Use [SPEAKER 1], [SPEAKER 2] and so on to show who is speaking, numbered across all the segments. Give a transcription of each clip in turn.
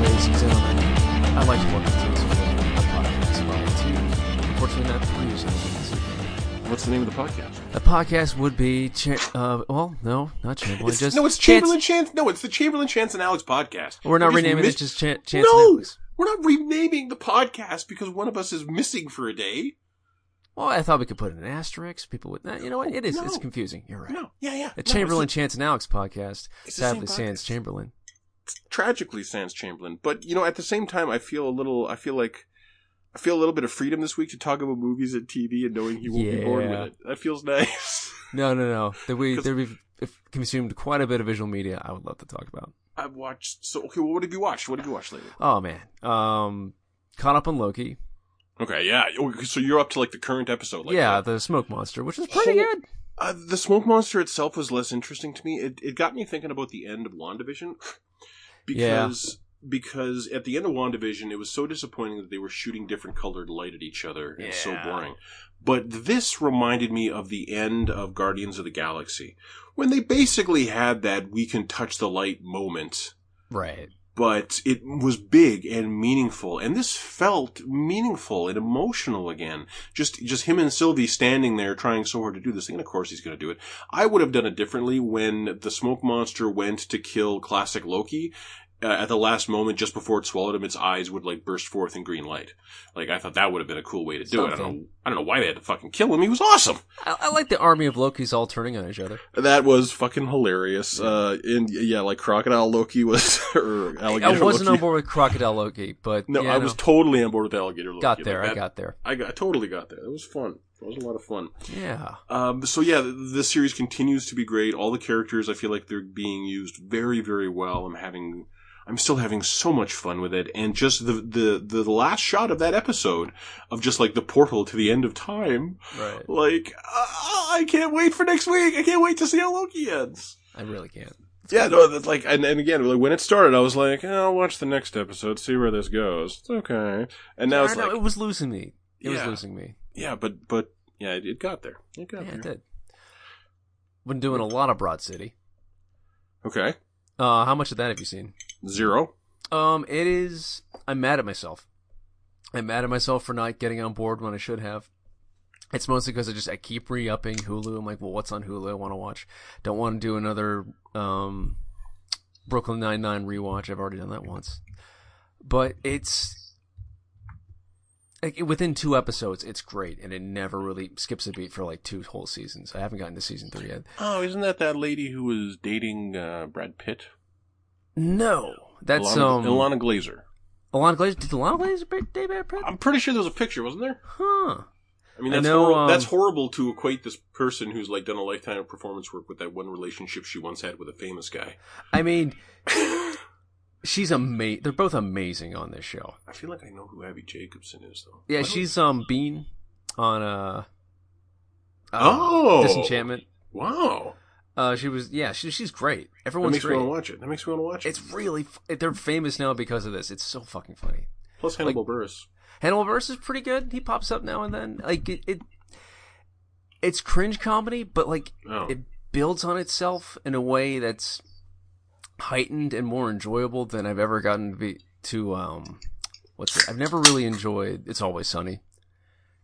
[SPEAKER 1] ladies and gentlemen. I'd like to welcome to this video a podcast by two unfortunately not producing this evening.
[SPEAKER 2] What's the name of the podcast?
[SPEAKER 1] The podcast would be, Cha- uh, well, no, not Chamberlain.
[SPEAKER 2] It's-
[SPEAKER 1] just
[SPEAKER 2] no, it's
[SPEAKER 1] Chance-
[SPEAKER 2] Chamberlain Chance. No, it's the Chamberlain Chance and Alex podcast.
[SPEAKER 1] We're not
[SPEAKER 2] We just
[SPEAKER 1] renaming
[SPEAKER 2] missed-
[SPEAKER 1] it just Chan- Chance and
[SPEAKER 2] no,
[SPEAKER 1] Alex.
[SPEAKER 2] we're not renaming the podcast because one of us is missing for a day.
[SPEAKER 1] Well, I thought we could put an asterisk. People would not. You know what? It is.
[SPEAKER 2] No.
[SPEAKER 1] It's confusing. You're right.
[SPEAKER 2] No, yeah, yeah.
[SPEAKER 1] The
[SPEAKER 2] No,
[SPEAKER 1] Chamberlain
[SPEAKER 2] it's
[SPEAKER 1] Chance and Alex podcast.
[SPEAKER 2] It's the
[SPEAKER 1] Sadly,
[SPEAKER 2] same
[SPEAKER 1] sans
[SPEAKER 2] podcast.
[SPEAKER 1] Chamberlain.
[SPEAKER 2] a- tragically sans Chamberlain, but you know, at the same time, I feel a little. I feel like. I feel a little bit of freedom this week to talk about movies and TV and knowing he won't be bored
[SPEAKER 1] Yeah.
[SPEAKER 2] with it. That feels nice.
[SPEAKER 1] No, no, no. That we
[SPEAKER 2] 'Cause-
[SPEAKER 1] that we've if- consumed quite a bit of visual media. I would love to talk about.
[SPEAKER 2] I've watched. So, okay, well, what have you watched? What have you watched lately?
[SPEAKER 1] Oh man, um, caught up on Loki.
[SPEAKER 2] Okay, yeah. Oh, So you're up to like the current episode. Like
[SPEAKER 1] yeah, the smoke monster, which is pretty
[SPEAKER 2] Whole-
[SPEAKER 1] good.
[SPEAKER 2] Uh, the smoke monster itself was less interesting to me. It, it got me thinking about the end of Wandavision because because at the end of Wandavision, it was so disappointing that they were shooting different colored light at each other and so
[SPEAKER 1] Yeah.
[SPEAKER 2] boring. But this reminded me of the end of Guardians of the Galaxy when they basically had that we can touch the light moment
[SPEAKER 1] Right.
[SPEAKER 2] but it was big and meaningful and this felt meaningful and emotional again just just him and sylvie standing there trying so hard to do this thing and of course he's going to do it i would have done it differently when the smoke monster went to kill classic loki uh, at the last moment just before it swallowed him its eyes would like burst forth in green light like i thought that would have been a cool way to do it i don't know
[SPEAKER 1] Something.
[SPEAKER 2] i don't know why they had to fucking kill him he was awesome
[SPEAKER 1] I, I like the army of Loki's all turning on each other.
[SPEAKER 2] that was fucking hilarious uh and yeah like crocodile loki was or
[SPEAKER 1] I,
[SPEAKER 2] alligator
[SPEAKER 1] wasn't
[SPEAKER 2] Loki.
[SPEAKER 1] on board with Crocodile Loki, but
[SPEAKER 2] No,
[SPEAKER 1] yeah,
[SPEAKER 2] I was totally on board with alligator. Loki.
[SPEAKER 1] got
[SPEAKER 2] Like,
[SPEAKER 1] there. I
[SPEAKER 2] that-
[SPEAKER 1] got there.
[SPEAKER 2] I got. I totally got there. That was fun. That was a lot of fun.
[SPEAKER 1] Yeah.
[SPEAKER 2] Um, so yeah, the, the series continues to be great. All the characters, I feel like they're being used very, very well. I'm having, I'm still having so much fun with it. And just the the the last shot of that episode of just like the portal to the end of time.
[SPEAKER 1] Right.
[SPEAKER 2] Like, uh, I can't wait for next week. I can't wait to see how Loki ends.
[SPEAKER 1] I really can't.
[SPEAKER 2] Yeah, no, that's like, and, and again, like when it started, I was like, "Eh, I'll watch the next episode, see where this goes. It's okay. And now
[SPEAKER 1] I
[SPEAKER 2] it's
[SPEAKER 1] know,
[SPEAKER 2] like,
[SPEAKER 1] it was losing me. It
[SPEAKER 2] Yeah.
[SPEAKER 1] was losing me.
[SPEAKER 2] Yeah, but but yeah, it, it got there. It
[SPEAKER 1] Yeah,
[SPEAKER 2] got
[SPEAKER 1] it
[SPEAKER 2] there.
[SPEAKER 1] did. Been doing a lot of Broad City.
[SPEAKER 2] Okay,
[SPEAKER 1] Uh, how much of that have you seen?
[SPEAKER 2] zero.
[SPEAKER 1] Um, it is. I'm mad at myself. I'm mad at myself for not getting on board when I should have. It's mostly because I just I keep re-upping Hulu. I'm like, well, what's on Hulu? I want to watch. Don't want to do another um, Brooklyn Nine Nine rewatch. I've already done that once. But it's like within two episodes, it's great, and it never really skips a beat for like two whole seasons. I haven't gotten to season three yet.
[SPEAKER 2] Oh, isn't that that lady who was dating uh, Brad Pitt?
[SPEAKER 1] No, that's
[SPEAKER 2] Ilana,
[SPEAKER 1] um Alana,
[SPEAKER 2] Ilana Glazer.
[SPEAKER 1] Glazer. Did Alana Glazer date Brad Pitt?
[SPEAKER 2] I'm pretty sure there was a picture, wasn't there?
[SPEAKER 1] Huh.
[SPEAKER 2] I mean,
[SPEAKER 1] I
[SPEAKER 2] that's
[SPEAKER 1] know,
[SPEAKER 2] horrible.
[SPEAKER 1] um,
[SPEAKER 2] that's horrible to equate this person who's like done a lifetime of performance work with that one relationship she once had with a famous guy.
[SPEAKER 1] I mean, she's amazing. They're both amazing on this show.
[SPEAKER 2] I feel like I know who Abby Jacobson is, though.
[SPEAKER 1] Yeah,
[SPEAKER 2] I don't-
[SPEAKER 1] she's um Bean on uh, uh
[SPEAKER 2] Oh.
[SPEAKER 1] Disenchantment.
[SPEAKER 2] wow.
[SPEAKER 1] Uh, she was yeah, she, she's great.
[SPEAKER 2] That
[SPEAKER 1] Everyone's
[SPEAKER 2] makes me want to
[SPEAKER 1] great.
[SPEAKER 2] watch it. That makes me want to watch it.
[SPEAKER 1] It's really f- they're famous now because of this. It's so fucking funny.
[SPEAKER 2] Plus Hannibal Buress.
[SPEAKER 1] Hannibal Buress is pretty good. He pops up now and then. Like it, it it's cringe comedy, but like
[SPEAKER 2] Oh.
[SPEAKER 1] it builds on itself in a way that's heightened and more enjoyable than I've ever gotten to be to um what's it? I've never really enjoyed It's Always Sunny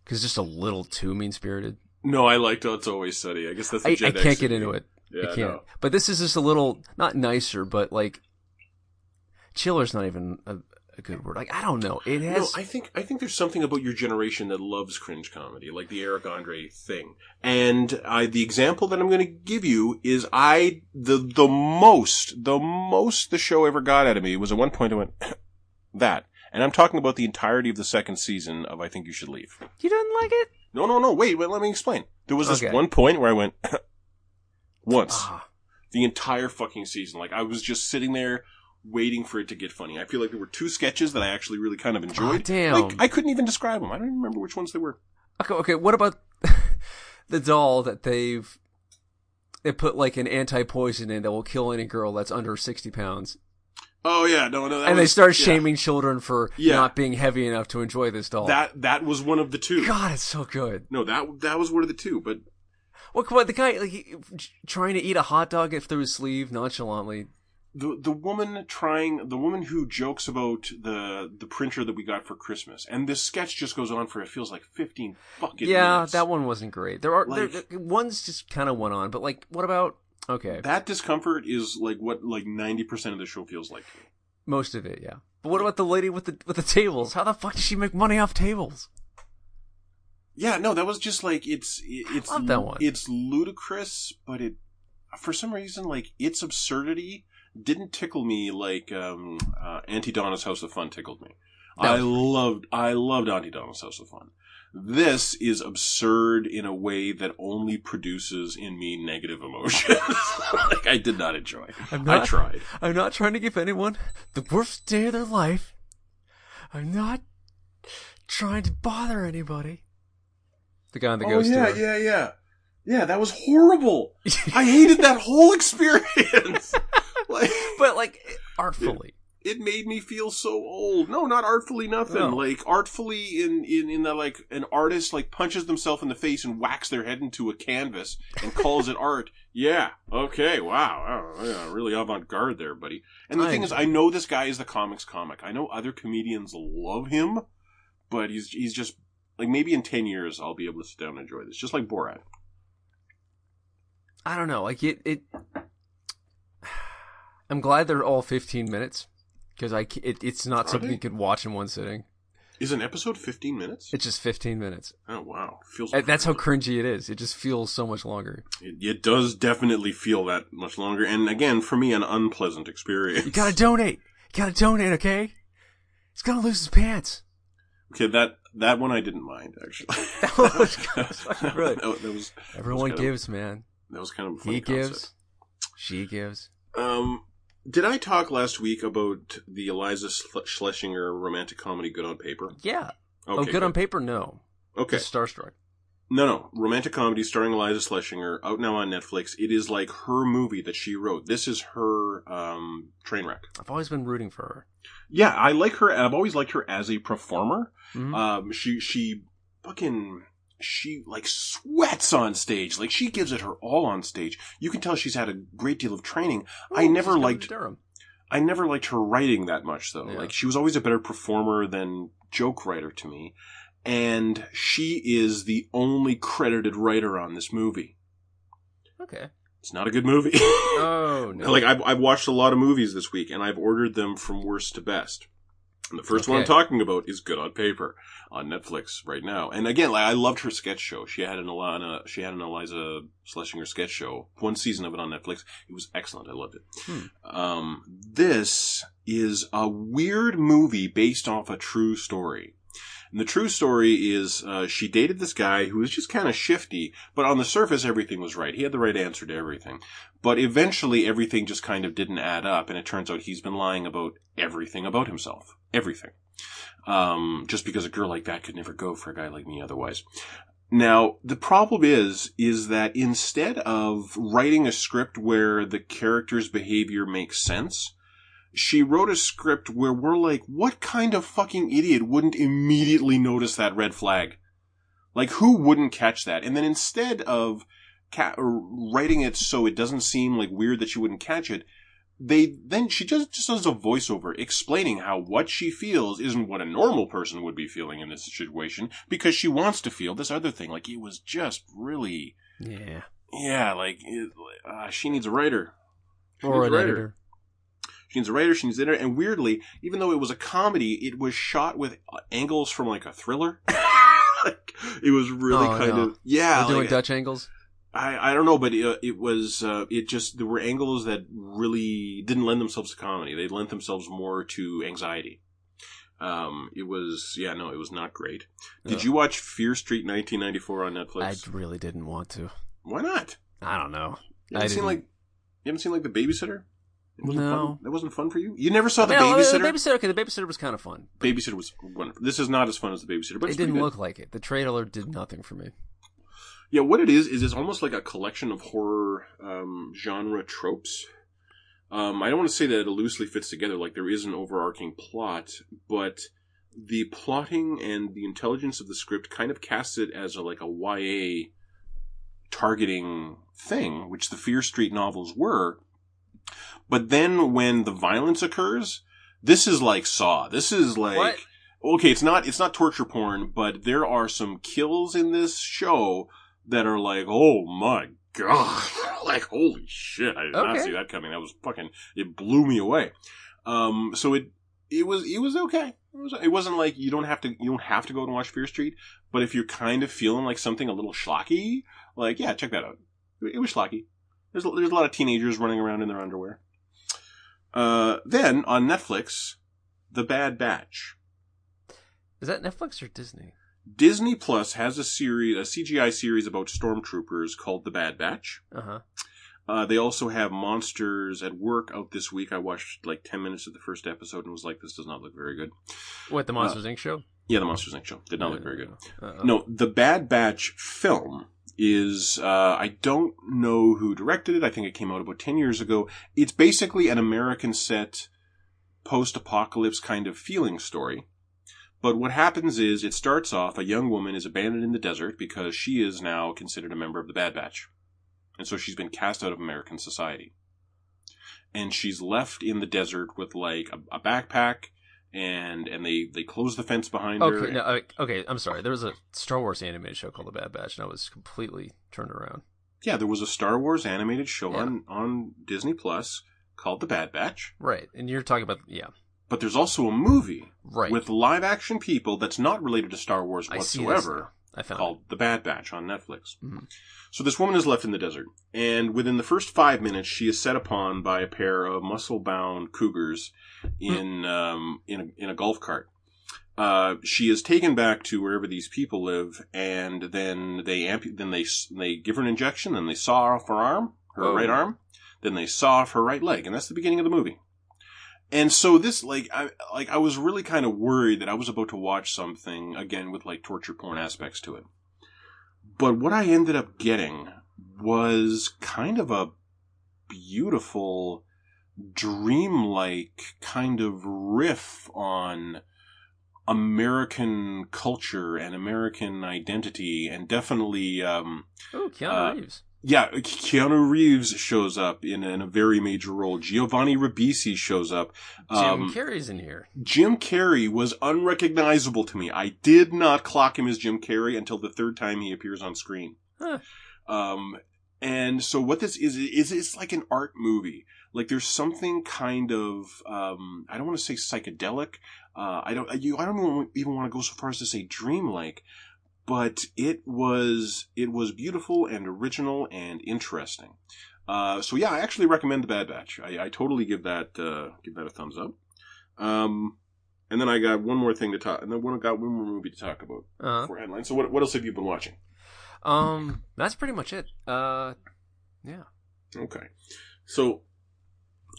[SPEAKER 1] cuz just a little too mean-spirited.
[SPEAKER 2] No, I liked It's Always Sunny. I guess that's the
[SPEAKER 1] I, I
[SPEAKER 2] Gen
[SPEAKER 1] can't
[SPEAKER 2] X
[SPEAKER 1] get
[SPEAKER 2] in
[SPEAKER 1] into
[SPEAKER 2] me.
[SPEAKER 1] it.
[SPEAKER 2] Yeah,
[SPEAKER 1] I can't.
[SPEAKER 2] no.
[SPEAKER 1] But this is just a little not nicer, but like chiller's not even a, a good word. Like I don't know. It has
[SPEAKER 2] No, I think I think there's something about your generation that loves cringe comedy, like the Eric Andre thing. And I, the example that I'm going to give you is I the the most the most the show ever got out of me was at one point I went that, and I'm talking about the entirety of the second season of I Think You Should Leave.
[SPEAKER 1] You didn't like it?
[SPEAKER 2] No, no, no. Wait, wait let me explain. There was this
[SPEAKER 1] Okay.
[SPEAKER 2] one point where I went once
[SPEAKER 1] Ah,
[SPEAKER 2] the entire fucking season. Like I was just sitting there waiting for it to get funny. I feel like there were two sketches that I actually really kind of enjoyed.
[SPEAKER 1] Aw, damn.
[SPEAKER 2] Like I couldn't even describe them. I don't even remember which ones they were.
[SPEAKER 1] Okay, okay. What about the doll that they've they put like an anti poison in that will kill any girl that's under sixty pounds,
[SPEAKER 2] Oh yeah, no, no. That
[SPEAKER 1] and they
[SPEAKER 2] was-
[SPEAKER 1] start
[SPEAKER 2] yeah.
[SPEAKER 1] shaming children for
[SPEAKER 2] Yeah.
[SPEAKER 1] not being heavy enough to enjoy this doll.
[SPEAKER 2] That that was one of the two.
[SPEAKER 1] God, it's so good.
[SPEAKER 2] No, that that was one of the two. But
[SPEAKER 1] What? What? The guy like he, trying to eat a hot dog through his sleeve nonchalantly.
[SPEAKER 2] the the woman trying the woman who jokes about the the printer that we got for Christmas, and this sketch just goes on for it feels like fifteen fucking
[SPEAKER 1] yeah,
[SPEAKER 2] minutes.
[SPEAKER 1] that one wasn't great. There are there-
[SPEAKER 2] Like-
[SPEAKER 1] there- ones just kind of went on, but like, what about okay,
[SPEAKER 2] that discomfort is like what like ninety percent of the show feels like.
[SPEAKER 1] most of it, yeah. But what about the lady with the with the tables? How the fuck does she make money off tables?
[SPEAKER 2] Yeah, no, that was just like it's it- it's
[SPEAKER 1] Love that one.
[SPEAKER 2] it's ludicrous, but it for some reason like its absurdity didn't tickle me like um uh, Auntie Donna's House of Fun tickled me.
[SPEAKER 1] That
[SPEAKER 2] I
[SPEAKER 1] was
[SPEAKER 2] loved I loved Auntie Donna's House of Fun. This is absurd in a way that only produces in me negative emotions. like I did not enjoy.
[SPEAKER 1] I'm
[SPEAKER 2] I
[SPEAKER 1] not-
[SPEAKER 2] tried.
[SPEAKER 1] I'm not trying to give anyone the worst day of their life. I'm not trying to bother anybody. The guy in the ghost tour.
[SPEAKER 2] Oh, yeah, yeah. Yeah, that was horrible. I hated that whole experience. like
[SPEAKER 1] But like artfully.
[SPEAKER 2] it made me feel so old. No, not artfully nothing.
[SPEAKER 1] No.
[SPEAKER 2] Like artfully in in in that like an artist like punches themselves in the face and whacks their head into a canvas and calls it art. Yeah. Okay. Wow. Oh, yeah, really avant garde there, buddy. And the
[SPEAKER 1] I
[SPEAKER 2] thing is, I know this guy is the comics comic. I know other comedians love him, but he's he's just like maybe in ten years I'll be able to sit down and enjoy this, just like Borat.
[SPEAKER 1] I don't know. Like it. it I'm glad they're all 15 minutes because I ca- it, it's not
[SPEAKER 2] Are
[SPEAKER 1] something
[SPEAKER 2] they?
[SPEAKER 1] you could watch in one sitting.
[SPEAKER 2] Is an episode fifteen minutes?
[SPEAKER 1] It's just 15 minutes.
[SPEAKER 2] Oh wow, feels.
[SPEAKER 1] Uh, That's how cringy it is. It just feels so much longer.
[SPEAKER 2] It, it does definitely feel that much longer, and again, for me, an unpleasant experience.
[SPEAKER 1] You gotta donate. You gotta donate. Okay. He's gonna lose his pants.
[SPEAKER 2] okay, that that one I didn't mind actually.
[SPEAKER 1] That one was- that was fucking brilliant.
[SPEAKER 2] That, that was
[SPEAKER 1] Everyone
[SPEAKER 2] kinda-
[SPEAKER 1] gives, man.
[SPEAKER 2] that was kind of a funny
[SPEAKER 1] He gives.
[SPEAKER 2] concept.
[SPEAKER 1] She gives.
[SPEAKER 2] Um, did I talk last week about the Eliza Schle- Schlesinger romantic comedy Good on Paper?
[SPEAKER 1] Yeah. oh, good, on paper. No.
[SPEAKER 2] Okay,
[SPEAKER 1] Just starstruck.
[SPEAKER 2] No, no. Romantic comedy starring Eliza Schlesinger, out now on Netflix. It is like her movie that she wrote. This is her um, train wreck.
[SPEAKER 1] I've always been rooting for her.
[SPEAKER 2] Yeah, I like her. I've always liked her as a performer.
[SPEAKER 1] Mhm.
[SPEAKER 2] Um, she she fucking she like sweats on stage. Like she gives it her all on stage. You can tell she's had a great deal of training. I
[SPEAKER 1] Ooh,
[SPEAKER 2] never
[SPEAKER 1] she's coming to
[SPEAKER 2] liked-
[SPEAKER 1] Durham.
[SPEAKER 2] I never liked her writing that much though.
[SPEAKER 1] Yeah.
[SPEAKER 2] Like she was always a better performer than joke writer to me. And she is the only credited writer on this movie.
[SPEAKER 1] Okay.
[SPEAKER 2] It's not a good movie.
[SPEAKER 1] Oh no.
[SPEAKER 2] Like I've, I've watched a lot of movies this week, and I've ordered them from worst to best. And the first one I'm
[SPEAKER 1] Okay.
[SPEAKER 2] talking about is Good on Paper on Netflix right now. And again, like I loved her sketch show. She had an Alana, she had an Eliza Schlesinger sketch show. One season of it on Netflix. It was excellent. I loved it. Um, this is a weird movie based off a true story. And the true story is uh, she dated this guy who was just kind of shifty, but on the surface, everything was right. He had the right answer to everything. But eventually, everything just kind of didn't add up, and it turns out he's been lying about everything about himself. Everything. Um, just because a girl like that could never go for a guy like me otherwise. Now, the problem is, is that instead of writing a script where the character's behavior makes sense, she wrote a script where we're like, what kind of fucking idiot wouldn't immediately notice that red flag? Like, who wouldn't catch that? And then instead of ca- or writing it so it doesn't seem like weird that she wouldn't catch it, they then she just just does a voiceover explaining how what she feels isn't what a normal person would be feeling in this situation because she wants to feel this other thing. Like it was just really,
[SPEAKER 1] yeah.
[SPEAKER 2] yeah, like it, uh, she needs a writer. She
[SPEAKER 1] Or
[SPEAKER 2] needs
[SPEAKER 1] an
[SPEAKER 2] a writer.
[SPEAKER 1] editor.
[SPEAKER 2] She needs a writer. She needs an editor. And weirdly, even though it was a comedy, it was shot with uh, angles from like a thriller. like it was really
[SPEAKER 1] Oh,
[SPEAKER 2] kind
[SPEAKER 1] no.
[SPEAKER 2] of yeah.
[SPEAKER 1] They're doing
[SPEAKER 2] like-
[SPEAKER 1] Dutch angles.
[SPEAKER 2] I, I don't know, but it, it was uh, it just there were angles that really didn't lend themselves to comedy. They lent themselves more to anxiety. Um, it was yeah, no, it was not great. Did
[SPEAKER 1] Yeah.
[SPEAKER 2] you watch Fear Street 1994 on Netflix?
[SPEAKER 1] I really didn't want to.
[SPEAKER 2] Why not?
[SPEAKER 1] I don't know.
[SPEAKER 2] You
[SPEAKER 1] I
[SPEAKER 2] haven't seen
[SPEAKER 1] didn't.
[SPEAKER 2] like you haven't seen like the Babysitter. It wasn't
[SPEAKER 1] No.
[SPEAKER 2] fun? that wasn't fun for you. You never saw the
[SPEAKER 1] No, uh,
[SPEAKER 2] Babysitter.
[SPEAKER 1] babysitter. Okay, the babysitter was kind of fun.
[SPEAKER 2] babysitter was wonderful. This is not as fun as the Babysitter,
[SPEAKER 1] it
[SPEAKER 2] but it's
[SPEAKER 1] didn't
[SPEAKER 2] pretty good.
[SPEAKER 1] look like it. The trailer did nothing for me.
[SPEAKER 2] Yeah, what it is is it's almost like a collection of horror um, genre tropes. Um, I don't want to say that it loosely fits together, like there is an overarching plot, but the plotting and the intelligence of the script kind of casts it as a, like a YA targeting thing, which the Fear Street novels were. But then when the violence occurs, this is like Saw. This is like
[SPEAKER 1] What?
[SPEAKER 2] okay, it's not it's not torture porn, but there are some kills in this show that are like, oh my god, like holy shit, I did not
[SPEAKER 1] Okay.
[SPEAKER 2] see that coming. That was fucking it blew me away. Um, so it it was it was okay. It, was, it wasn't like you don't have to you don't have to go and watch Fear Street, but if you're kind of feeling like something a little schlocky, like yeah, check that out. It, it was schlocky. There's a- there's a lot of teenagers running around in their underwear. Uh, then on Netflix, The Bad Batch.
[SPEAKER 1] Is that Netflix or Disney?
[SPEAKER 2] Disney Plus has a series, a CGI series about stormtroopers called The Bad Batch.
[SPEAKER 1] Uh huh.
[SPEAKER 2] Uh, they also have Monsters at Work out this week. I watched like 10 minutes of the first episode and was like, this does not look very good.
[SPEAKER 1] What the Monsters Inc. show?
[SPEAKER 2] Yeah, the Monsters Inc. show did not Uh, look very good.
[SPEAKER 1] Uh,
[SPEAKER 2] No, The Bad Batch film is, uh, I don't know who directed it. I think it came out about 10 years ago. It's basically an American set post apocalypse kind of feeling story. But what happens is it starts off a young woman is abandoned in the desert because she is now considered a member of the Bad Batch. And so she's been cast out of American society. And she's left in the desert with like a, a backpack and and they they close the fence behind her.
[SPEAKER 1] Okay, no, I- okay. I'm sorry. There was a Star Wars animated show called The Bad Batch, and I was completely turned around.
[SPEAKER 2] Yeah, there was a Star Wars animated show
[SPEAKER 1] Yeah.
[SPEAKER 2] on, on Disney Plus called The Bad Batch,
[SPEAKER 1] Right, and you're talking about yeah,
[SPEAKER 2] but there's also a movie
[SPEAKER 1] right.
[SPEAKER 2] with live action people that's not related to Star Wars
[SPEAKER 1] I see this
[SPEAKER 2] whatsoever
[SPEAKER 1] now. I found
[SPEAKER 2] called The Bad Batch on Netflix.
[SPEAKER 1] Mhm.
[SPEAKER 2] So this woman is left in the desert, and within the first five minutes, she is set upon by a pair of muscle-bound cougars in um, in a, in a golf cart. Uh, she is taken back to wherever these people live, and then they ampu- then they s- they give her an injection, and they saw off her arm, her
[SPEAKER 1] Oh.
[SPEAKER 2] right arm, then they saw off her right leg, and that's the beginning of the movie. And so this, like, I like I was really kind of worried that I was about to watch something again with like torture porn aspects to it. But what I ended up getting was kind of a beautiful, dreamlike kind of riff on American culture and American identity, and definitely. Um,
[SPEAKER 1] it. Oh, Keanu
[SPEAKER 2] uh,
[SPEAKER 1] Reeves.
[SPEAKER 2] yeah, Ke- Keanu Reeves shows up in, in a very major role. Giovanni Ribisi shows up.
[SPEAKER 1] Jim
[SPEAKER 2] Um,
[SPEAKER 1] Carrey's in here.
[SPEAKER 2] Jim Carrey was unrecognizable to me. I did not clock him as Jim Carrey until the third time he appears on screen.
[SPEAKER 1] Huh.
[SPEAKER 2] Um, and so what this is is it's like an art movie. Like there's something kind of um, I don't want to say psychedelic. Uh, I don't you, I don't even- even want to go so far as to say dreamlike, but it was it was beautiful and original and interesting. Uh, so yeah, I actually recommend The Bad Batch. I, I totally give that uh, give that a thumbs up. Um, and then I got one more thing to talk, and then one got one more movie to talk about
[SPEAKER 1] Uh,
[SPEAKER 2] for headlines. So what what else have you been watching?
[SPEAKER 1] um, that's pretty much it. Uh,
[SPEAKER 2] Okay, so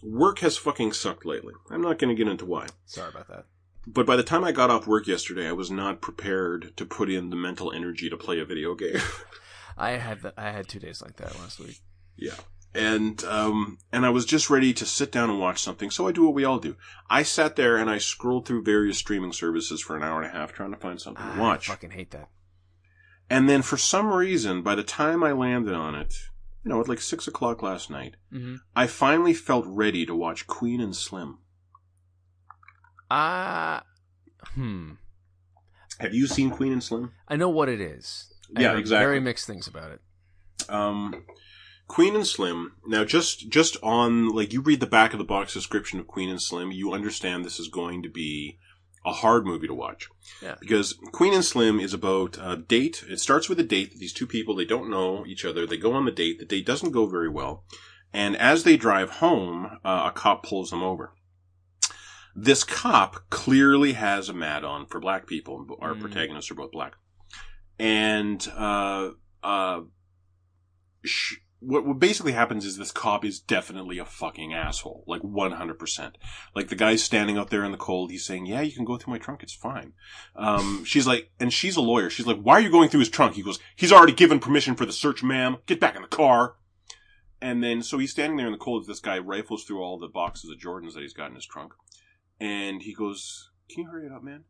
[SPEAKER 2] work has fucking sucked lately. I'm not going to get into why,
[SPEAKER 1] sorry about that.
[SPEAKER 2] but by the time I got off work yesterday, I was not prepared to put in the mental energy to play a video game.
[SPEAKER 1] I had the, I had two days like that last week.
[SPEAKER 2] Yeah. And um and I was just ready to sit down and watch something, so I do what we all do. I sat there and I scrolled through various streaming services for an hour and a half trying to find something to watch.
[SPEAKER 1] I fucking hate that.
[SPEAKER 2] And then for some reason, by the time I landed on it, you know, at like six o'clock last night,
[SPEAKER 1] Mhm.
[SPEAKER 2] I finally felt ready to watch Queen and Slim.
[SPEAKER 1] Uh, hmm.
[SPEAKER 2] Have you seen Queen and Slim?
[SPEAKER 1] I know what it is. I
[SPEAKER 2] Yeah,
[SPEAKER 1] heard
[SPEAKER 2] exactly.
[SPEAKER 1] Very mixed things about it.
[SPEAKER 2] Um, Queen and Slim. Now, just just on like you read the back of the box description of Queen and Slim, you understand this is going to be a hard movie to watch.
[SPEAKER 1] Yeah.
[SPEAKER 2] Because Queen and Slim is about a date. It starts with a date that these two people they don't know each other. They go on the date. The date doesn't go very well, and as they drive home, uh, a cop pulls them over. This cop clearly has a mad on for black people. and Our
[SPEAKER 1] Mm.
[SPEAKER 2] protagonists are both black, and uh, uh, sh- what what basically happens is this cop is definitely a fucking asshole, like one hundred percent. Like the guy's standing out there in the cold, he's saying, "Yeah, you can go through my trunk, it's fine." Um, she's like, and she's a lawyer. She's like, "Why are you going through his trunk?" He goes, "He's already given permission for the search, ma'am. Get back in the car." And then so he's standing there in the cold. as This guy rifles through all the boxes of Jordans that he's got in his trunk, and he goes, "Can you hurry it up, man?"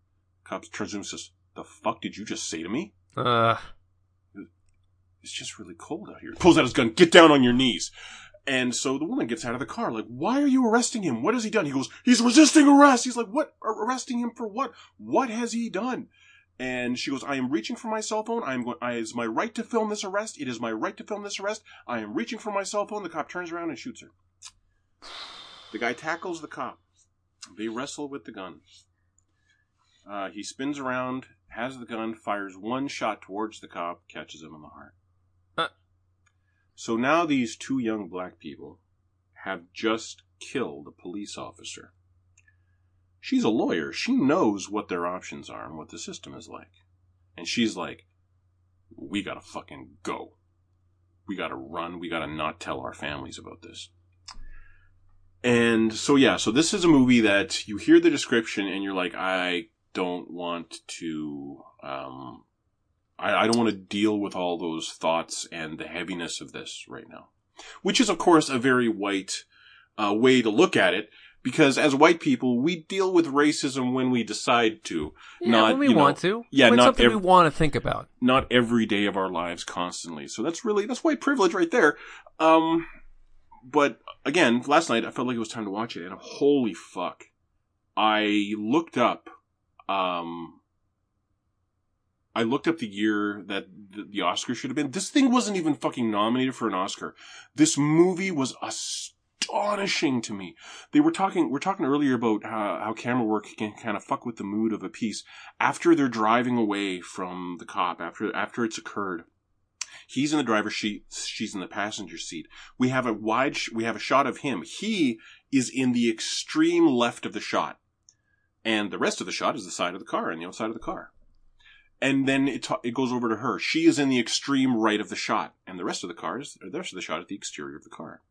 [SPEAKER 2] Cop turns to him and says, "The fuck did you just say to me?"
[SPEAKER 1] Uh,
[SPEAKER 2] it's just really cold out here. Pulls out his gun, get down on your knees. And so the woman gets out of the car, like, why are you arresting him? What has he done? He goes, he's resisting arrest. He's like, what? Ar- Arresting him for what? What has he done? And she goes, I am reaching for my cell phone. I am going, I, it's my right to film this arrest. It is my right to film this arrest. I am reaching for my cell phone. The cop turns around and shoots her. The guy tackles the cop. They wrestle with the gun. Uh, he spins around, has the gun, fires one shot towards the cop, catches him in the heart.
[SPEAKER 1] Uh.
[SPEAKER 2] So now these two young black people have just killed a police officer. She's a lawyer. She knows what their options are and what the system is like. And she's like, we gotta fucking go. We gotta run. We gotta not tell our families about this. And so, yeah, so this is a movie that you hear the description and you're like, I don't want to, um, I, I don't want to deal with all those thoughts and the heaviness of this right now. Which is, of course, a very white uh, way to look at it because as white people, we deal with racism when we decide to.
[SPEAKER 1] Yeah,
[SPEAKER 2] Not,
[SPEAKER 1] when we
[SPEAKER 2] you know,
[SPEAKER 1] want to.
[SPEAKER 2] yeah,
[SPEAKER 1] when
[SPEAKER 2] not
[SPEAKER 1] something
[SPEAKER 2] ev-
[SPEAKER 1] we want to think about.
[SPEAKER 2] not every day of our lives constantly. So that's really that's white privilege right there. Um but again, last night I felt like it was time to watch it and holy fuck. I looked up um I looked up the year that th- the Oscar should have been. This thing wasn't even fucking nominated for an Oscar. This movie was astonishing to me. They were talking, we're talking earlier about how, how camera work can kind of fuck with the mood of a piece after they're driving away from the cop after after it's occurred he's in the driver's seat she's in the passenger seat we have a wide sh- we have a shot of him he is in the extreme left of the shot and the rest of the shot is the side of the car and the outside of the car and then it, ta- it goes over to her she is in the extreme right of the shot and the rest of the cars or the rest of the shot at the exterior of the car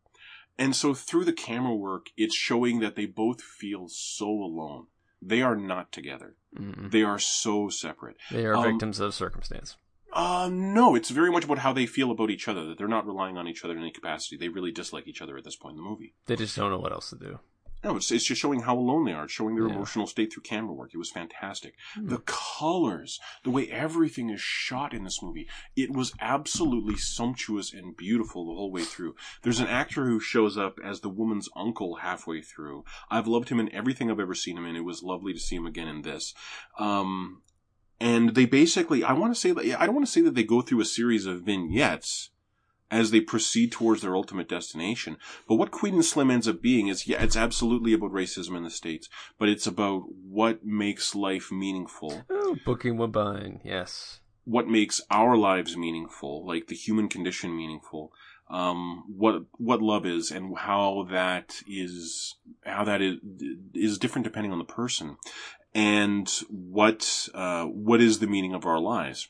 [SPEAKER 2] and so through the camera work it's showing that they both feel so alone they are not together
[SPEAKER 1] Mm.
[SPEAKER 2] they are so separate.
[SPEAKER 1] They are
[SPEAKER 2] Um,
[SPEAKER 1] victims of circumstance.
[SPEAKER 2] Uh, no, it's very much about how they feel about each other, that they're not relying on each other in any capacity. They really dislike each other at this point in the movie.
[SPEAKER 1] They just don't know what else to do.
[SPEAKER 2] No, it's, it's just showing how alone they are, It's showing their
[SPEAKER 1] Yeah.
[SPEAKER 2] emotional state through camera work. It was fantastic. The colors, the way everything is shot in this movie, it was absolutely sumptuous and beautiful the whole way through. There's an actor who shows up as the woman's uncle halfway through. I've loved him in everything I've ever seen him in. It was lovely to see him again in this. Um, and they basically, I want to say that, yeah, I don't want to say that they go through a series of vignettes as they proceed towards their ultimate destination. But what Queen and Slim ends up being is, yeah, it's absolutely about racism in the States, but it's about what makes life meaningful
[SPEAKER 1] Oh, booking one buying. Yes.
[SPEAKER 2] what makes our lives meaningful, like the human condition meaningful, um, what what love is, and how that is how that is, is different depending on the person, and what uh, what is the meaning of our lives.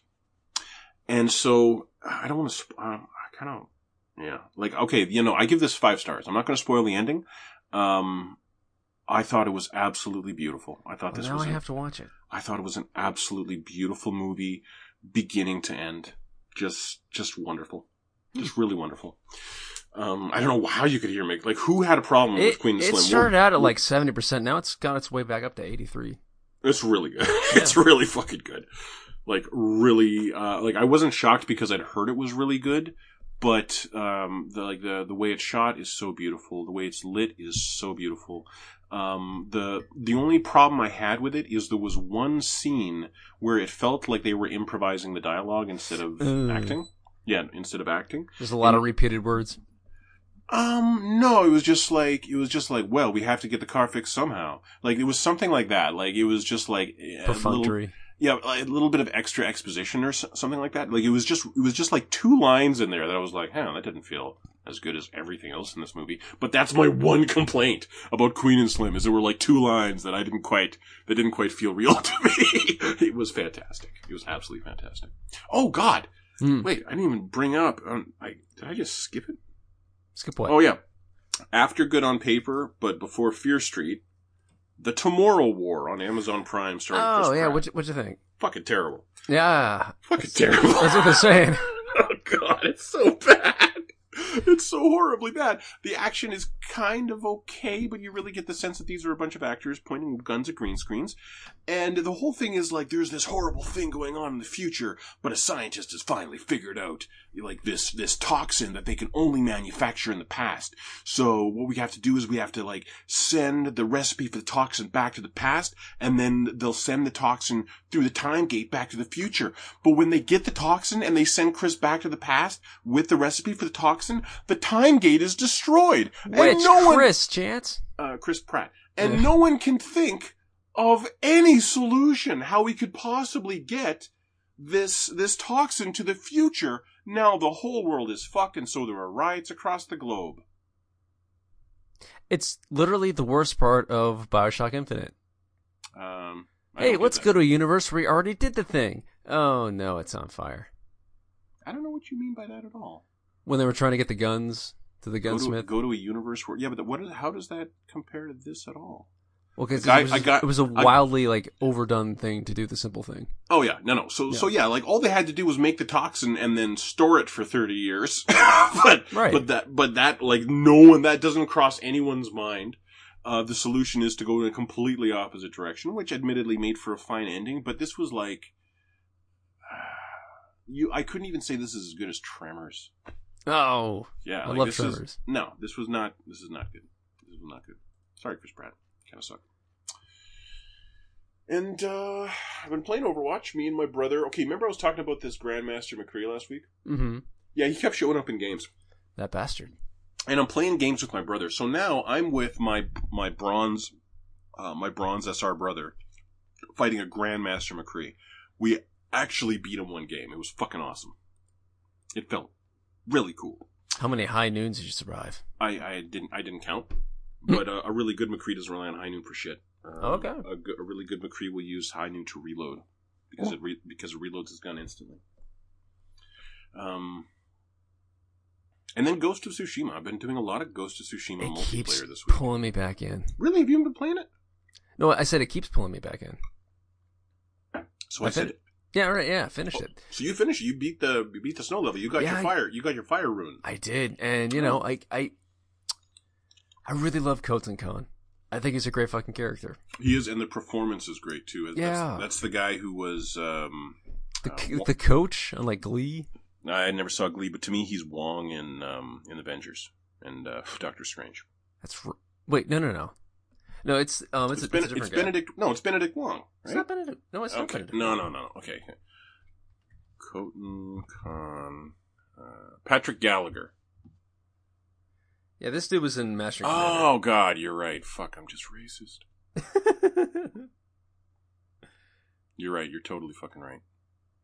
[SPEAKER 2] And so I don't want to. Sp- um, I kind of yeah, like okay, you know, I give this five stars. I'm not going to spoil the ending. Um, I thought it was absolutely beautiful. I thought
[SPEAKER 1] Well,
[SPEAKER 2] this
[SPEAKER 1] now
[SPEAKER 2] was
[SPEAKER 1] I
[SPEAKER 2] an
[SPEAKER 1] have to watch it.
[SPEAKER 2] I thought it was an absolutely beautiful movie, beginning to end. Just, just wonderful.
[SPEAKER 1] Hmm.
[SPEAKER 2] Just really wonderful. Um, I don't know how you could hear me. Like, who had a problem with
[SPEAKER 1] It,
[SPEAKER 2] Queen
[SPEAKER 1] it
[SPEAKER 2] Slim?
[SPEAKER 1] started
[SPEAKER 2] Well,
[SPEAKER 1] out at like seventy percent. Now it's got its way back up to eighty-three.
[SPEAKER 2] It's really good. it's really fucking good. Like, really, uh, like, I wasn't shocked because I'd heard it was really good, but, um, the, like, the, the way it's shot is so beautiful. The way it's lit is so beautiful. Um, the, the only problem I had with it is there was one scene where it felt like they were improvising the dialogue instead of
[SPEAKER 1] Ooh.
[SPEAKER 2] acting. Yeah, instead of acting.
[SPEAKER 1] There's a
[SPEAKER 2] Mm.
[SPEAKER 1] lot of repeated words.
[SPEAKER 2] Um, no, it was just like it was just like, well, we have to get the car fixed somehow. Like it was something like that. Like it was just like eh, a little,
[SPEAKER 1] Perfunctory.
[SPEAKER 2] yeah, a little bit of extra exposition or so, something like that. Like it was just it was just like two lines in there that I was like, huh, that didn't feel as good as everything else in this movie. But that's my one complaint about Queen and Slim is there were like two lines that I didn't quite that didn't quite feel real to me. it was fantastic. It was absolutely fantastic. Oh God,
[SPEAKER 1] Mm.
[SPEAKER 2] wait, I didn't even bring up. Um, I did I just skip it?
[SPEAKER 1] Skip what?
[SPEAKER 2] Oh yeah. After Good on Paper, but before Fear Street, The Tomorrow War on Amazon Prime starring
[SPEAKER 1] Oh,
[SPEAKER 2] Chris
[SPEAKER 1] yeah.
[SPEAKER 2] Pratt.
[SPEAKER 1] What'd you, what'd you think?
[SPEAKER 2] Fucking terrible.
[SPEAKER 1] Yeah,
[SPEAKER 2] Fucking terrible.
[SPEAKER 1] that's what they're saying.
[SPEAKER 2] oh god, it's so bad. it's so horribly bad. The action is kind of okay, but you really get the sense that these are a bunch of actors pointing guns at green screens. And the whole thing is like there's this horrible thing going on in the future, but a scientist has finally figured out like this this toxin that they can only manufacture in the past. So what we have to do is we have to like send the recipe for the toxin back to the past, and then they'll send the toxin through the time gate back to the future. But when they get the toxin and they send Chris back to the past with the recipe for the toxin, the time gate is destroyed.
[SPEAKER 1] Which
[SPEAKER 2] and no one,
[SPEAKER 1] Chris Chance?
[SPEAKER 2] uh, Chris Pratt, and no one can think of any solution how we could possibly get this this toxin to the future. Now the whole world is fucked, and so there are riots across the globe.
[SPEAKER 1] It's literally the worst part of Bioshock Infinite.
[SPEAKER 2] Um, I don't
[SPEAKER 1] Hey,
[SPEAKER 2] get
[SPEAKER 1] let's
[SPEAKER 2] that.
[SPEAKER 1] go to a universe where we already did the thing. Oh no, it's on fire.
[SPEAKER 2] I don't know what you mean by that at all.
[SPEAKER 1] When they were trying to get the guns to the
[SPEAKER 2] Go to,
[SPEAKER 1] gunsmith.
[SPEAKER 2] go to a universe where yeah, but what is, how does that compare to this at all?
[SPEAKER 1] Well, because
[SPEAKER 2] I-
[SPEAKER 1] it, was-
[SPEAKER 2] I got-
[SPEAKER 1] it was a
[SPEAKER 2] I-
[SPEAKER 1] wildly like overdone thing to do the simple thing.
[SPEAKER 2] Oh yeah, no, no. So,
[SPEAKER 1] Yeah.
[SPEAKER 2] so yeah, like all they had to do was make the toxin and then store it for thirty years. but,
[SPEAKER 1] Right.
[SPEAKER 2] but that, but that, like, no one that doesn't cross anyone's mind. Uh, the solution is to go in a completely opposite direction, which admittedly made for a fine ending. But this was like, you, I couldn't even say this is as good as Tremors.
[SPEAKER 1] Oh,
[SPEAKER 2] Yeah,
[SPEAKER 1] I
[SPEAKER 2] like,
[SPEAKER 1] love
[SPEAKER 2] this is-
[SPEAKER 1] Tremors.
[SPEAKER 2] no, this was not. This is not good. This was not good. Sorry, Chris Pratt. Kind of sucked. And uh, I've been playing Overwatch. Me and my brother. Okay, remember I was talking about this Grandmaster McCree last week?
[SPEAKER 1] mm-hmm.
[SPEAKER 2] Yeah, he kept showing up in games,
[SPEAKER 1] that bastard.
[SPEAKER 2] and I'm playing games with my brother. So now I'm with my my bronze, uh, my bronze SR brother, fighting a Grandmaster McCree. We actually beat him one game. It was fucking awesome. It felt really cool.
[SPEAKER 1] How many high noons did you survive?
[SPEAKER 2] I, I didn't I didn't count, but uh, a really good McCree doesn't rely on high noon for shit. Um,
[SPEAKER 1] Hmm. Oh, Okay.
[SPEAKER 2] A, go- a really good McCree will use high noon to reload because
[SPEAKER 1] Hmm.
[SPEAKER 2] it re- because it reloads his gun instantly. Um, and then Ghost of Tsushima. I've been doing a lot of Ghost of Tsushima
[SPEAKER 1] It
[SPEAKER 2] multiplayer
[SPEAKER 1] keeps
[SPEAKER 2] this week.
[SPEAKER 1] pulling me back in.
[SPEAKER 2] really, have you been playing it?
[SPEAKER 1] No, I said it keeps pulling me back in.
[SPEAKER 2] So I,
[SPEAKER 1] I fin-
[SPEAKER 2] said,
[SPEAKER 1] Yeah, right. Yeah, I finished
[SPEAKER 2] oh,
[SPEAKER 1] it.
[SPEAKER 2] so you finished. You beat the you beat the snow level. You got
[SPEAKER 1] Yeah,
[SPEAKER 2] your
[SPEAKER 1] I-
[SPEAKER 2] fire. You got your fire rune.
[SPEAKER 1] I did, and you
[SPEAKER 2] Oh.
[SPEAKER 1] know, I I I really love Kotan Khan. I think he's a great fucking character.
[SPEAKER 2] He is, and the performance is great too. That's-
[SPEAKER 1] Yeah.
[SPEAKER 2] that's the guy who was. Um,
[SPEAKER 1] The
[SPEAKER 2] Uh,
[SPEAKER 1] c
[SPEAKER 2] wha-
[SPEAKER 1] the coach on like Glee.
[SPEAKER 2] I never saw Glee, but to me, he's Wong in um, in Avengers and uh, Doctor Strange.
[SPEAKER 1] That's r- wait, no, no, no, no. It's um, it's, a,
[SPEAKER 2] Ben-
[SPEAKER 1] it's a different guy.
[SPEAKER 2] Benedict. No, it's Benedict Wong.
[SPEAKER 1] It's
[SPEAKER 2] Right?
[SPEAKER 1] not Benedict. No, it's not
[SPEAKER 2] okay.
[SPEAKER 1] Benedict.
[SPEAKER 2] No, no, no. Okay. Coton Khan, uh, Patrick Gallagher.
[SPEAKER 1] Yeah, this dude was in Master.
[SPEAKER 2] Oh God, you're right. Fuck, I'm just racist.
[SPEAKER 1] Commander.
[SPEAKER 2] You're right. You're totally fucking right.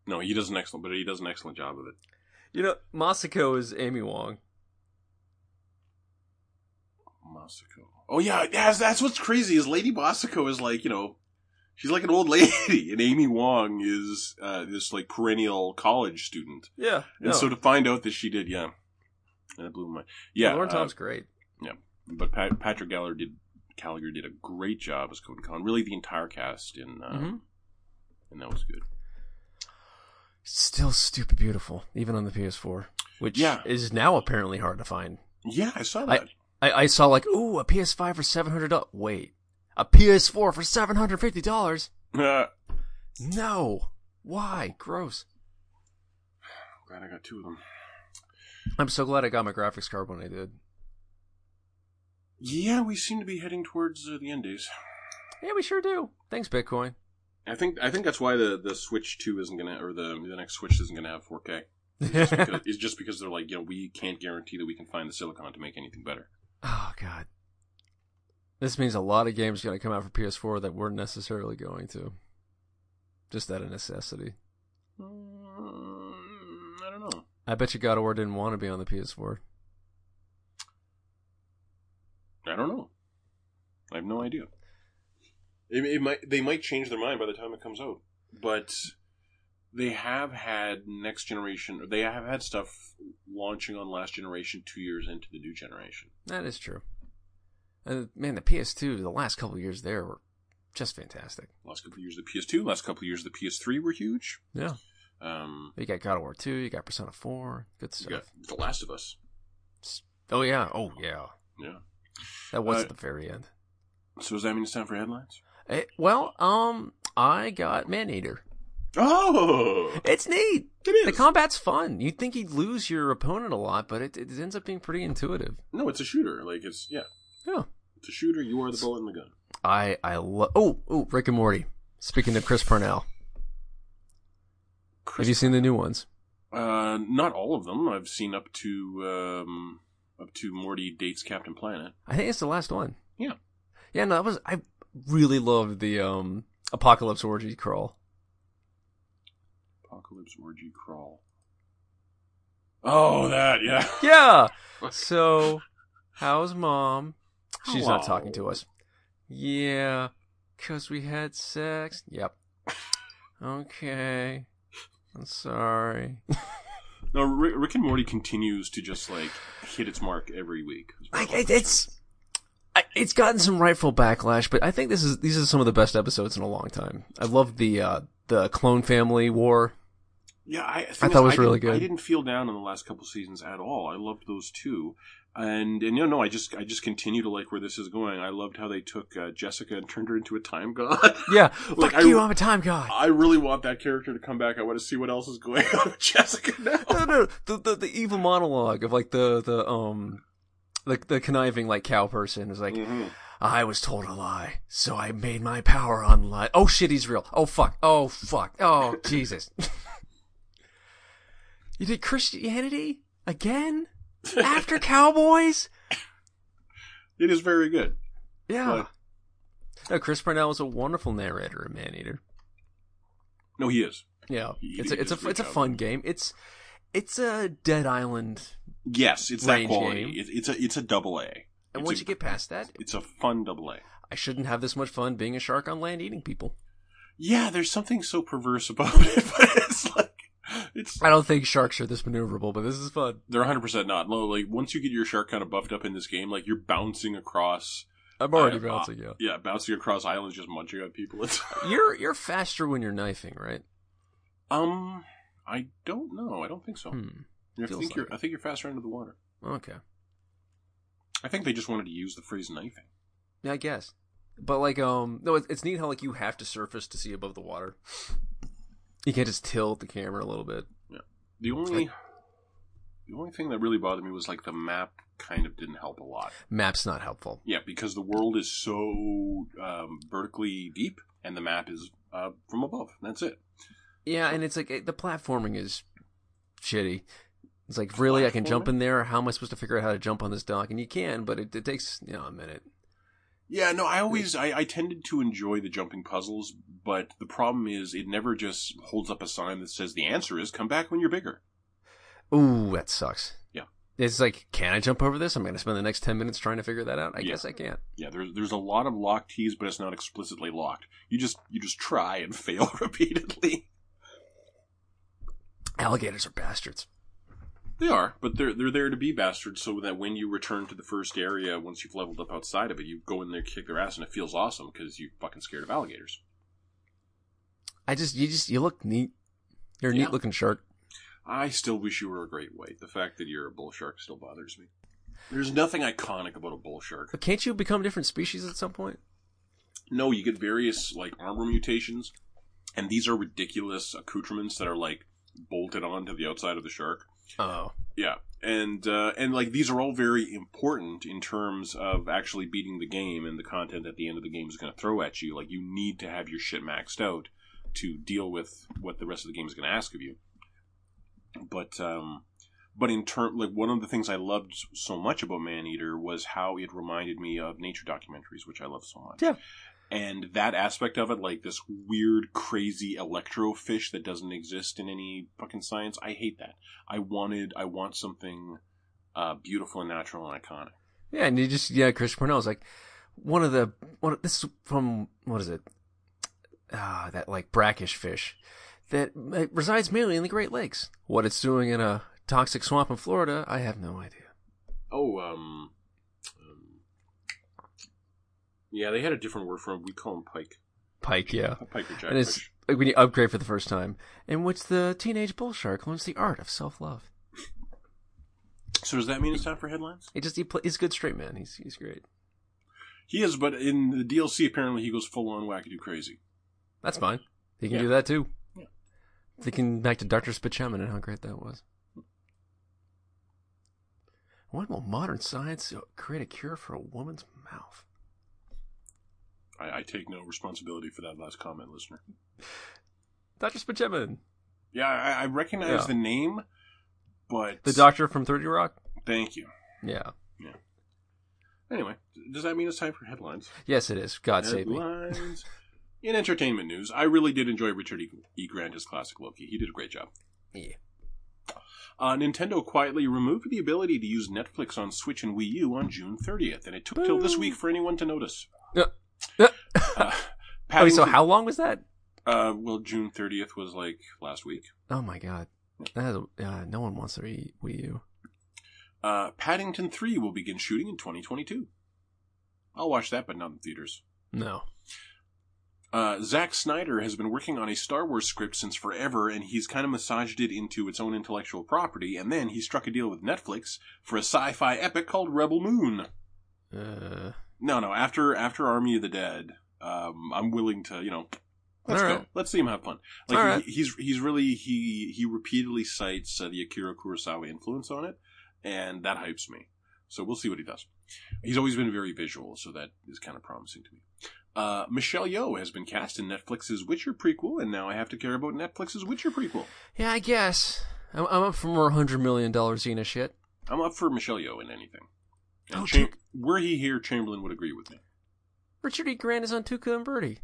[SPEAKER 2] No, he does an excellent, but he does an excellent job of it.
[SPEAKER 1] you know, Masako is Amy Wong.
[SPEAKER 2] Masako. Oh yeah, that's that's what's crazy is Lady Masako is like you know, she's like an old lady, and Amy Wong is uh, this like perennial college student.
[SPEAKER 1] Yeah,
[SPEAKER 2] And
[SPEAKER 1] no.
[SPEAKER 2] so to find out that she did, yeah, that blew my mind. Yeah,
[SPEAKER 1] Lauren
[SPEAKER 2] uh,
[SPEAKER 1] Tom's great.
[SPEAKER 2] but Pat, Patrick Gallagher did Gallagher did a great job as Coden Khan. Really, the entire cast, and uh,
[SPEAKER 1] Mhm.
[SPEAKER 2] and that was good.
[SPEAKER 1] Still stupid beautiful, even on the PS4, which
[SPEAKER 2] Yeah.
[SPEAKER 1] is now apparently hard to find.
[SPEAKER 2] Yeah, I saw
[SPEAKER 1] I-
[SPEAKER 2] that.
[SPEAKER 1] I, I saw like, ooh, a PS5 for seven hundred dollars. Wait, a PS4 for seven hundred fifty dollars?
[SPEAKER 2] Uh,
[SPEAKER 1] No, why? Gross.
[SPEAKER 2] glad I got two of them.
[SPEAKER 1] I'm so glad I got my graphics card when I did.
[SPEAKER 2] Yeah, we seem to be heading towards uh, the end days.
[SPEAKER 1] Yeah, we sure do. Thanks, Bitcoin.
[SPEAKER 2] I think I think that's why the, the Switch Two isn't gonna or the the next Switch isn't gonna have 4K. Because, it's just because they're like you know we can't guarantee that we can find the silicon to make anything better.
[SPEAKER 1] oh God, this means a lot of games are gonna come out for PS4 that weren't necessarily going to. Just out of necessity.
[SPEAKER 2] Mm, I don't know.
[SPEAKER 1] I bet you God of War didn't want to be on the PS4.
[SPEAKER 2] I don't know. I have no idea. It, it might they might change their mind by the time it comes out, but they have had next generation. Or they have had stuff launching on last generation two years into the new generation.
[SPEAKER 1] That is true. And man, the PS2, the last couple of years there were just fantastic.
[SPEAKER 2] Last couple of years of the PS2, last couple of years of the PS3 were huge.
[SPEAKER 1] Yeah.
[SPEAKER 2] Um,
[SPEAKER 1] You got God of War 2, you got Persona 4, good
[SPEAKER 2] you
[SPEAKER 1] stuff.
[SPEAKER 2] got The Last of Us.
[SPEAKER 1] Oh yeah. Oh yeah.
[SPEAKER 2] Yeah.
[SPEAKER 1] That was
[SPEAKER 2] Uh,
[SPEAKER 1] at the very end.
[SPEAKER 2] So does that mean it's time for headlines?
[SPEAKER 1] Eh, well, um, I got Man Eater.
[SPEAKER 2] Oh,
[SPEAKER 1] It's neat.
[SPEAKER 2] it is.
[SPEAKER 1] The combat's fun. You'd think you'd lose your opponent a lot, but it, it ends up being pretty intuitive.
[SPEAKER 2] no, it's a shooter. Like it's yeah,
[SPEAKER 1] Yeah.
[SPEAKER 2] it's a shooter. You are the bullet in the gun.
[SPEAKER 1] I I love. Oh oh, Rick and Morty. Speaking of Chris Parnell, have you seen the new ones?
[SPEAKER 2] Uh, not all of them. I've seen up to um, up to Morty dates Captain Planet.
[SPEAKER 1] I think it's the last one.
[SPEAKER 2] Yeah.
[SPEAKER 1] Yeah, no, that was I really loved the um apocalypse orgy crawl.
[SPEAKER 2] Apocalypse orgy crawl. Oh, that yeah.
[SPEAKER 1] Yeah. So, how's mom? She's not
[SPEAKER 2] Hello.
[SPEAKER 1] talking to us. Yeah, cause we had sex. Yep. Okay. I'm sorry.
[SPEAKER 2] No, Rick, Rick and Morty continues to just like hit its mark every week.
[SPEAKER 1] Like it, it's, I- it's gotten some rightful backlash, but I think this is these are some of the best episodes in a long time. I love the uh the clone family war.
[SPEAKER 2] Yeah, I,
[SPEAKER 1] I thought it was really good.
[SPEAKER 2] I didn't feel down in the last couple seasons at all. I loved those two, and and you know, no, I just I just continue to like where this is going. I loved how they took uh, Jessica and turned her into a time god.
[SPEAKER 1] Yeah,
[SPEAKER 2] Like,
[SPEAKER 1] fuck
[SPEAKER 2] I-
[SPEAKER 1] you, I'm a time god.
[SPEAKER 2] I really want that character to come back. I want to see what else is going on with Jessica now.
[SPEAKER 1] no, no, the, the the evil monologue of like the the um the the conniving like cow person is like
[SPEAKER 2] Mhm.
[SPEAKER 1] I was told a lie, so I made my power on lie. Oh shit, he's real. Oh fuck. Oh fuck. Oh Jesus. you did Christianity again after Cowboys?
[SPEAKER 2] It is very good.
[SPEAKER 1] Yeah. No, Chris Parnell is a wonderful narrator of Man Eater.
[SPEAKER 2] No, he is.
[SPEAKER 1] Yeah,
[SPEAKER 2] He
[SPEAKER 1] it's a, it's
[SPEAKER 2] is
[SPEAKER 1] a it's a
[SPEAKER 2] good.
[SPEAKER 1] fun game. It's it's a Dead Island,
[SPEAKER 2] Yes, it's
[SPEAKER 1] Range
[SPEAKER 2] that quality.
[SPEAKER 1] game.
[SPEAKER 2] It, it's a it's a double A.
[SPEAKER 1] and
[SPEAKER 2] It's
[SPEAKER 1] once
[SPEAKER 2] a-
[SPEAKER 1] you get past that,
[SPEAKER 2] It's a fun double A.
[SPEAKER 1] I shouldn't have this much fun being a shark on land eating people.
[SPEAKER 2] Yeah, there's something so perverse about it, but it's like it's
[SPEAKER 1] I don't think sharks are this maneuverable, but this is fun.
[SPEAKER 2] they're 100 percent not. No, like once you get your shark kind of buffed up in this game, like you're bouncing across.
[SPEAKER 1] I'm already
[SPEAKER 2] uh,
[SPEAKER 1] bouncing. Yeah,
[SPEAKER 2] Yeah, bouncing across islands, just munching on people. It's,
[SPEAKER 1] you're you're faster when you're knifing, right?
[SPEAKER 2] um, I don't know. I don't think so.
[SPEAKER 1] Hmm.
[SPEAKER 2] I
[SPEAKER 1] feels
[SPEAKER 2] think
[SPEAKER 1] like
[SPEAKER 2] you're.
[SPEAKER 1] it.
[SPEAKER 2] I think you're faster under the water.
[SPEAKER 1] Okay.
[SPEAKER 2] I think they just wanted to use the phrase knifing.
[SPEAKER 1] Yeah, I guess. But like, um, no, it's, it's neat how like you have to surface to see above the water. You can't just tilt the camera a little bit.
[SPEAKER 2] The only, the only thing that really bothered me was like the map kind of didn't help a lot.
[SPEAKER 1] Map's not helpful.
[SPEAKER 2] Yeah, because the world is so um, vertically deep, and the map is uh, from above. That's it.
[SPEAKER 1] Yeah, and it's like it, the platforming is shitty. It's like really, I can jump in there. How am I supposed to figure out how to jump on this dock? And you can, but it, it takes you know a minute.
[SPEAKER 2] Yeah, no, I always I, I tended to enjoy the jumping puzzles, but the problem is it never just holds up a sign that says the answer is come back when you're bigger.
[SPEAKER 1] Ooh, that sucks.
[SPEAKER 2] Yeah.
[SPEAKER 1] It's like, can I jump over this? I'm going to spend the next 10 minutes trying to figure that out. I
[SPEAKER 2] Yeah.
[SPEAKER 1] guess I can't.
[SPEAKER 2] Yeah, there's there's a lot of locked keys, but it's not explicitly locked. You just you just try and fail repeatedly.
[SPEAKER 1] Alligators are bastards.
[SPEAKER 2] They are, but they're they're there to be bastards, so that when you return to the first area, once you've leveled up outside of it, you go in there, kick their ass, and it feels awesome because you're fucking scared of alligators.
[SPEAKER 1] I just, you just, you look neat. You're a
[SPEAKER 2] Yeah.
[SPEAKER 1] neat looking shark.
[SPEAKER 2] I still wish you were a great white. The fact that you're a bull shark still bothers me. There's nothing iconic about a bull shark.
[SPEAKER 1] But can't you become different species at some point?
[SPEAKER 2] No, you get various like armor mutations, and these are ridiculous accoutrements that are like bolted onto the outside of the shark. Uh,
[SPEAKER 1] Oh.
[SPEAKER 2] Yeah, and uh, and like these are all very important in terms of actually beating the game and the content that the end of the game is going to throw at you. Like you need to have your shit maxed out to deal with what the rest of the game is going to ask of you. But um, but in term like one of the things I loved so much about Man Eater was how it reminded me of nature documentaries, which I love so much.
[SPEAKER 1] Yeah.
[SPEAKER 2] And that aspect of it, like this weird, crazy electro fish that doesn't exist in any fucking science, I hate that. I wanted, I want something uh, beautiful and natural and iconic.
[SPEAKER 1] Yeah, and you just, yeah, Chris Parnell's like, one of the, one, of- this is from, what is it? Ah, that like brackish fish that uh, resides mainly in the Great Lakes. What it's doing in a toxic swamp in Florida, I have no idea.
[SPEAKER 2] Oh, um, um, yeah, they had a different word for him. We call him pike,
[SPEAKER 1] Pike, yeah.
[SPEAKER 2] a pike or
[SPEAKER 1] and it's
[SPEAKER 2] jackfish.
[SPEAKER 1] like when you upgrade for the first time, in which the teenage bull shark learns the art of self love.
[SPEAKER 2] So does that mean it's time for headlines?
[SPEAKER 1] He just he play, he's a good straight man. He's he's great.
[SPEAKER 2] He is, but in the DLC apparently he goes full on wackadoo crazy.
[SPEAKER 1] That's fine. He can
[SPEAKER 2] Yeah.
[SPEAKER 1] do that too.
[SPEAKER 2] Yeah.
[SPEAKER 1] Thinking back to Doctor Spachaman and how great that was. When will modern science create a cure for a woman's mouth?
[SPEAKER 2] I, I take no responsibility for that last comment, listener.
[SPEAKER 1] Doctor Spachaman,
[SPEAKER 2] Yeah, I, I recognize
[SPEAKER 1] Yeah.
[SPEAKER 2] the name, but
[SPEAKER 1] the doctor from Thirty Rock.
[SPEAKER 2] Thank you.
[SPEAKER 1] Yeah.
[SPEAKER 2] Anyway, does that mean it's time for headlines?
[SPEAKER 1] Yes, it is. God save me.
[SPEAKER 2] Headlines. In entertainment news, I really did enjoy Richard E. E. Grant's classic Loki. He did a great job.
[SPEAKER 1] Yeah.
[SPEAKER 2] Uh, Nintendo quietly removed the ability to use Netflix on Switch and Wii U on June 30th, and it took till this
[SPEAKER 1] Boo.
[SPEAKER 2] week for anyone to notice.
[SPEAKER 1] Yeah.
[SPEAKER 2] Uh,
[SPEAKER 1] Yeah. Oh,
[SPEAKER 2] Paddington-
[SPEAKER 1] so how long was that?
[SPEAKER 2] Uh, well, June 30th was like last week.
[SPEAKER 1] Oh my god. That is, uh, no one wants to eat Wii U.
[SPEAKER 2] Uh, Paddington 3 will begin shooting in 2022. I'll watch that, but not in theaters.
[SPEAKER 1] No.
[SPEAKER 2] Uh, Zack Snyder has been working on a Star Wars script since forever, and he's kind of massaged it into its own intellectual property, and then he struck a deal with Netflix for a sci-fi epic called Rebel Moon.
[SPEAKER 1] Uh,
[SPEAKER 2] No, no, after after Army of the Dead, um, I'm willing to, you know, let's
[SPEAKER 1] All
[SPEAKER 2] go.
[SPEAKER 1] right.
[SPEAKER 2] Let's see him have fun. Like
[SPEAKER 1] All
[SPEAKER 2] he,
[SPEAKER 1] right.
[SPEAKER 2] he's he's really he he repeatedly cites uh, the Akira Kurosawa influence on it, and that hypes me. So we'll see what he does. He's always been very visual, so that is kind of promising to me. Uh, Michelle Yeoh has been cast in Netflix's Witcher prequel, and now I have to care about Netflix's Witcher prequel.
[SPEAKER 1] yeah, I guess. I'm, I'm up for more $100 million Xena shit.
[SPEAKER 2] I'm up for Michelle Yeoh in anything. And
[SPEAKER 1] Oh,
[SPEAKER 2] Cham-
[SPEAKER 1] dude.
[SPEAKER 2] were he here, Chamberlain would agree with me.
[SPEAKER 1] Richard E. Grant is on Tuca and Birdie.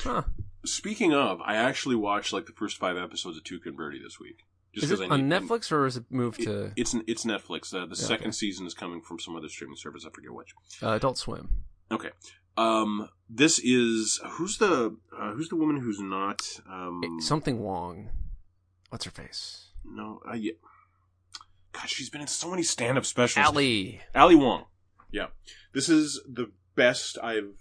[SPEAKER 1] Huh.
[SPEAKER 2] Speaking of, I actually watched like the first five episodes of Tuca and Birdie this week.
[SPEAKER 1] Is
[SPEAKER 2] 'cause
[SPEAKER 1] it
[SPEAKER 2] I
[SPEAKER 1] on
[SPEAKER 2] need-
[SPEAKER 1] Netflix or is it moved to
[SPEAKER 2] It, it's an- it's Netflix. Uh, the
[SPEAKER 1] Yeah,
[SPEAKER 2] second
[SPEAKER 1] okay.
[SPEAKER 2] season is coming from some other streaming service. I forget which.
[SPEAKER 1] uh, Adult Swim?
[SPEAKER 2] Okay. Um, this is who's the uh, who's the woman who's not um
[SPEAKER 1] It- something Wong. What's her face?
[SPEAKER 2] no uh, yeah. God, she's been in so many stand-up specials.
[SPEAKER 1] Allie.
[SPEAKER 2] Ali Wong. Yeah, this is the best I've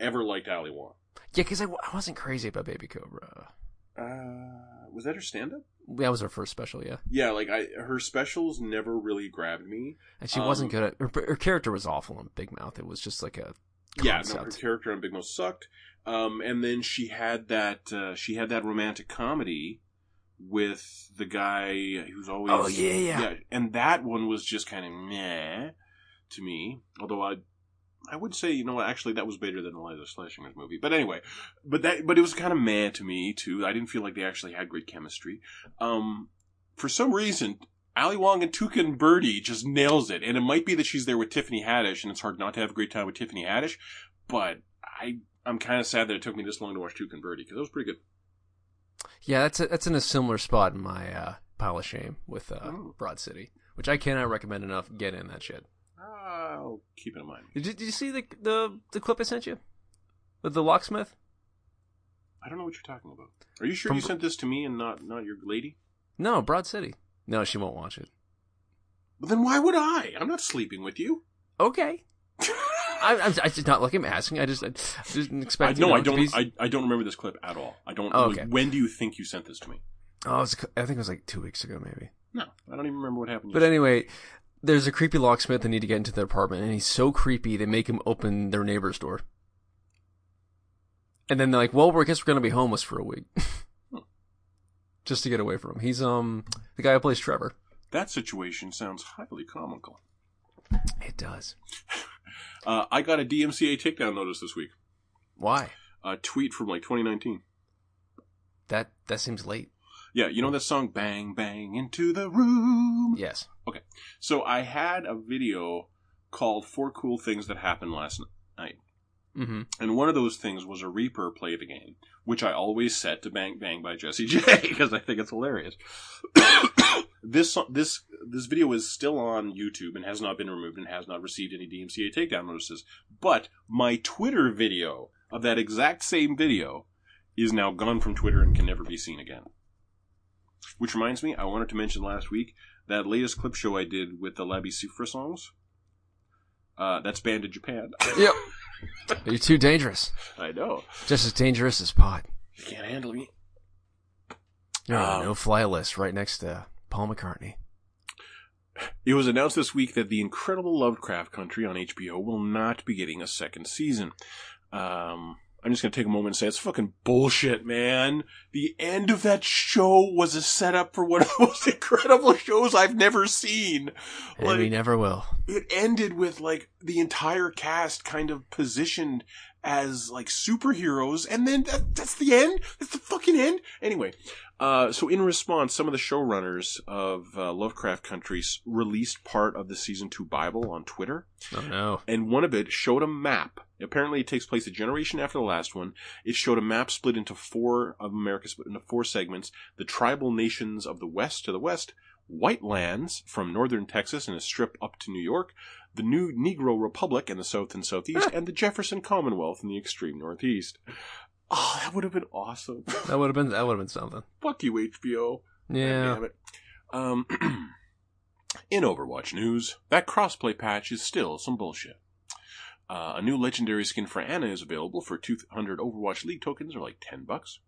[SPEAKER 2] ever liked. Ali Wong.
[SPEAKER 1] Yeah, because I, w- I wasn't crazy about Baby Cobra.
[SPEAKER 2] Uh, was that her stand-up?
[SPEAKER 1] That was her first special, yeah.
[SPEAKER 2] Yeah, like I her specials never really grabbed me.
[SPEAKER 1] And she
[SPEAKER 2] Um,
[SPEAKER 1] wasn't good at. Her, her character was awful in Big Mouth. It was just like a.
[SPEAKER 2] Yeah, no, her
[SPEAKER 1] concept.
[SPEAKER 2] character on Big Mouth sucked. Um, and then she had that uh, she had that romantic comedy with the guy who's always
[SPEAKER 1] Oh, yeah, yeah.
[SPEAKER 2] and that one was just kind of meh to me. Although I I would say you know what, actually that was better than Eliza Schlesinger's movie. But anyway, but that but it was kind of meh to me too. I didn't feel like they actually had great chemistry. Um, for some reason. Ali Wong and Tuca and Birdie just nails it, and it might be that she's there with Tiffany Haddish, and it's hard not to have a great time with Tiffany Haddish but I I'm kind of sad that it took me this long to watch Duke and Birdie because it was pretty good.
[SPEAKER 1] Yeah, that's a, that's in a similar spot in my uh, pile of shame with uh,
[SPEAKER 2] Oh.
[SPEAKER 1] Broad City, which I cannot recommend enough. Get in that shit.
[SPEAKER 2] I'll keep it in mind.
[SPEAKER 1] Did you, did you see the, the the clip I sent you with the locksmith?
[SPEAKER 2] I don't know what you're talking about. Are you sure
[SPEAKER 1] From-
[SPEAKER 2] you sent this to me and not not your lady?
[SPEAKER 1] No, Broad City. No, she won't watch it.
[SPEAKER 2] Well, then why would I? I'm not sleeping with you.
[SPEAKER 1] Okay, I, I'm, I'm just not looking. I'm asking. I just I didn't
[SPEAKER 2] I,
[SPEAKER 1] expect.
[SPEAKER 2] no,
[SPEAKER 1] you know,
[SPEAKER 2] I
[SPEAKER 1] it to
[SPEAKER 2] don't.
[SPEAKER 1] Be...
[SPEAKER 2] I, I don't remember this clip at all. I don't.
[SPEAKER 1] Oh, okay.
[SPEAKER 2] When do you think you sent this to me?
[SPEAKER 1] Oh, it was, I think it was like two weeks ago, maybe.
[SPEAKER 2] No, I don't even remember what happened.
[SPEAKER 1] But anyway, there's a creepy locksmith. They need to get into their apartment, and he's so creepy they make him open their neighbor's door. And then they're like, "Well, we're- I guess we're gonna be homeless for a week, just to get away from him." He's um the guy who plays Trevor.
[SPEAKER 2] that situation sounds highly comical.
[SPEAKER 1] It does.
[SPEAKER 2] Uh, I got a DMCA takedown notice this week.
[SPEAKER 1] Why?
[SPEAKER 2] A tweet from like 2019.
[SPEAKER 1] That that seems late.
[SPEAKER 2] Yeah, you know that song "Bang Bang Into the Room."
[SPEAKER 1] Yes.
[SPEAKER 2] So I had a video called Four Cool Things That Happened Last Night.
[SPEAKER 1] Mm-hmm.
[SPEAKER 2] And one of those things was a Reaper play the game, which I always set to Bang Bang by Jesse J because I think it's hilarious. this so- this this video is still on YouTube and has not been removed and has not received any DMCA takedown notices. But my Twitter video of that exact same video is now gone from Twitter and can never be seen again. Which reminds me, I wanted to mention last week that latest clip show I did with the Labi Sufra songs. Uh, that's banned in Japan.
[SPEAKER 1] Yep. You're too dangerous.
[SPEAKER 2] I know.
[SPEAKER 1] Just as dangerous as pot.
[SPEAKER 2] You can't handle me.
[SPEAKER 1] You're on a
[SPEAKER 2] Um,
[SPEAKER 1] no fly list right next to Paul McCartney.
[SPEAKER 2] It was announced this week that the incredible Lovecraft Country on HBO will not be getting a second season. Um, I'm just going to take a moment and say it's fucking bullshit, man. The end of that show was a setup for one of the most incredible shows I've never seen.
[SPEAKER 1] And we never will.
[SPEAKER 2] it ended with like the entire cast kind of positioned as like superheroes and then that, that's the end that's the fucking end anyway uh, so in response some of the showrunners of uh, lovecraft countries released part of the season 2 bible on twitter
[SPEAKER 1] Oh no.
[SPEAKER 2] and one of it showed a map. Apparently, it takes place a generation after the last one. It showed a map split into four of America, split into four segments: the tribal nations of the West to the west, white lands from northern Texas and a strip up to New York, the new Negro Republic in the South and Southeast, and the Jefferson Commonwealth in the extreme Northeast. Oh, that would have been awesome!
[SPEAKER 1] That would have been that would have been something.
[SPEAKER 2] Fuck you, HBO.
[SPEAKER 1] Yeah.
[SPEAKER 2] Damn it. Um, in Overwatch news, that crossplay patch is still some bullshit. Uh, a new legendary skin for Anna is available for 200 Overwatch League tokens, or like 10 bucks.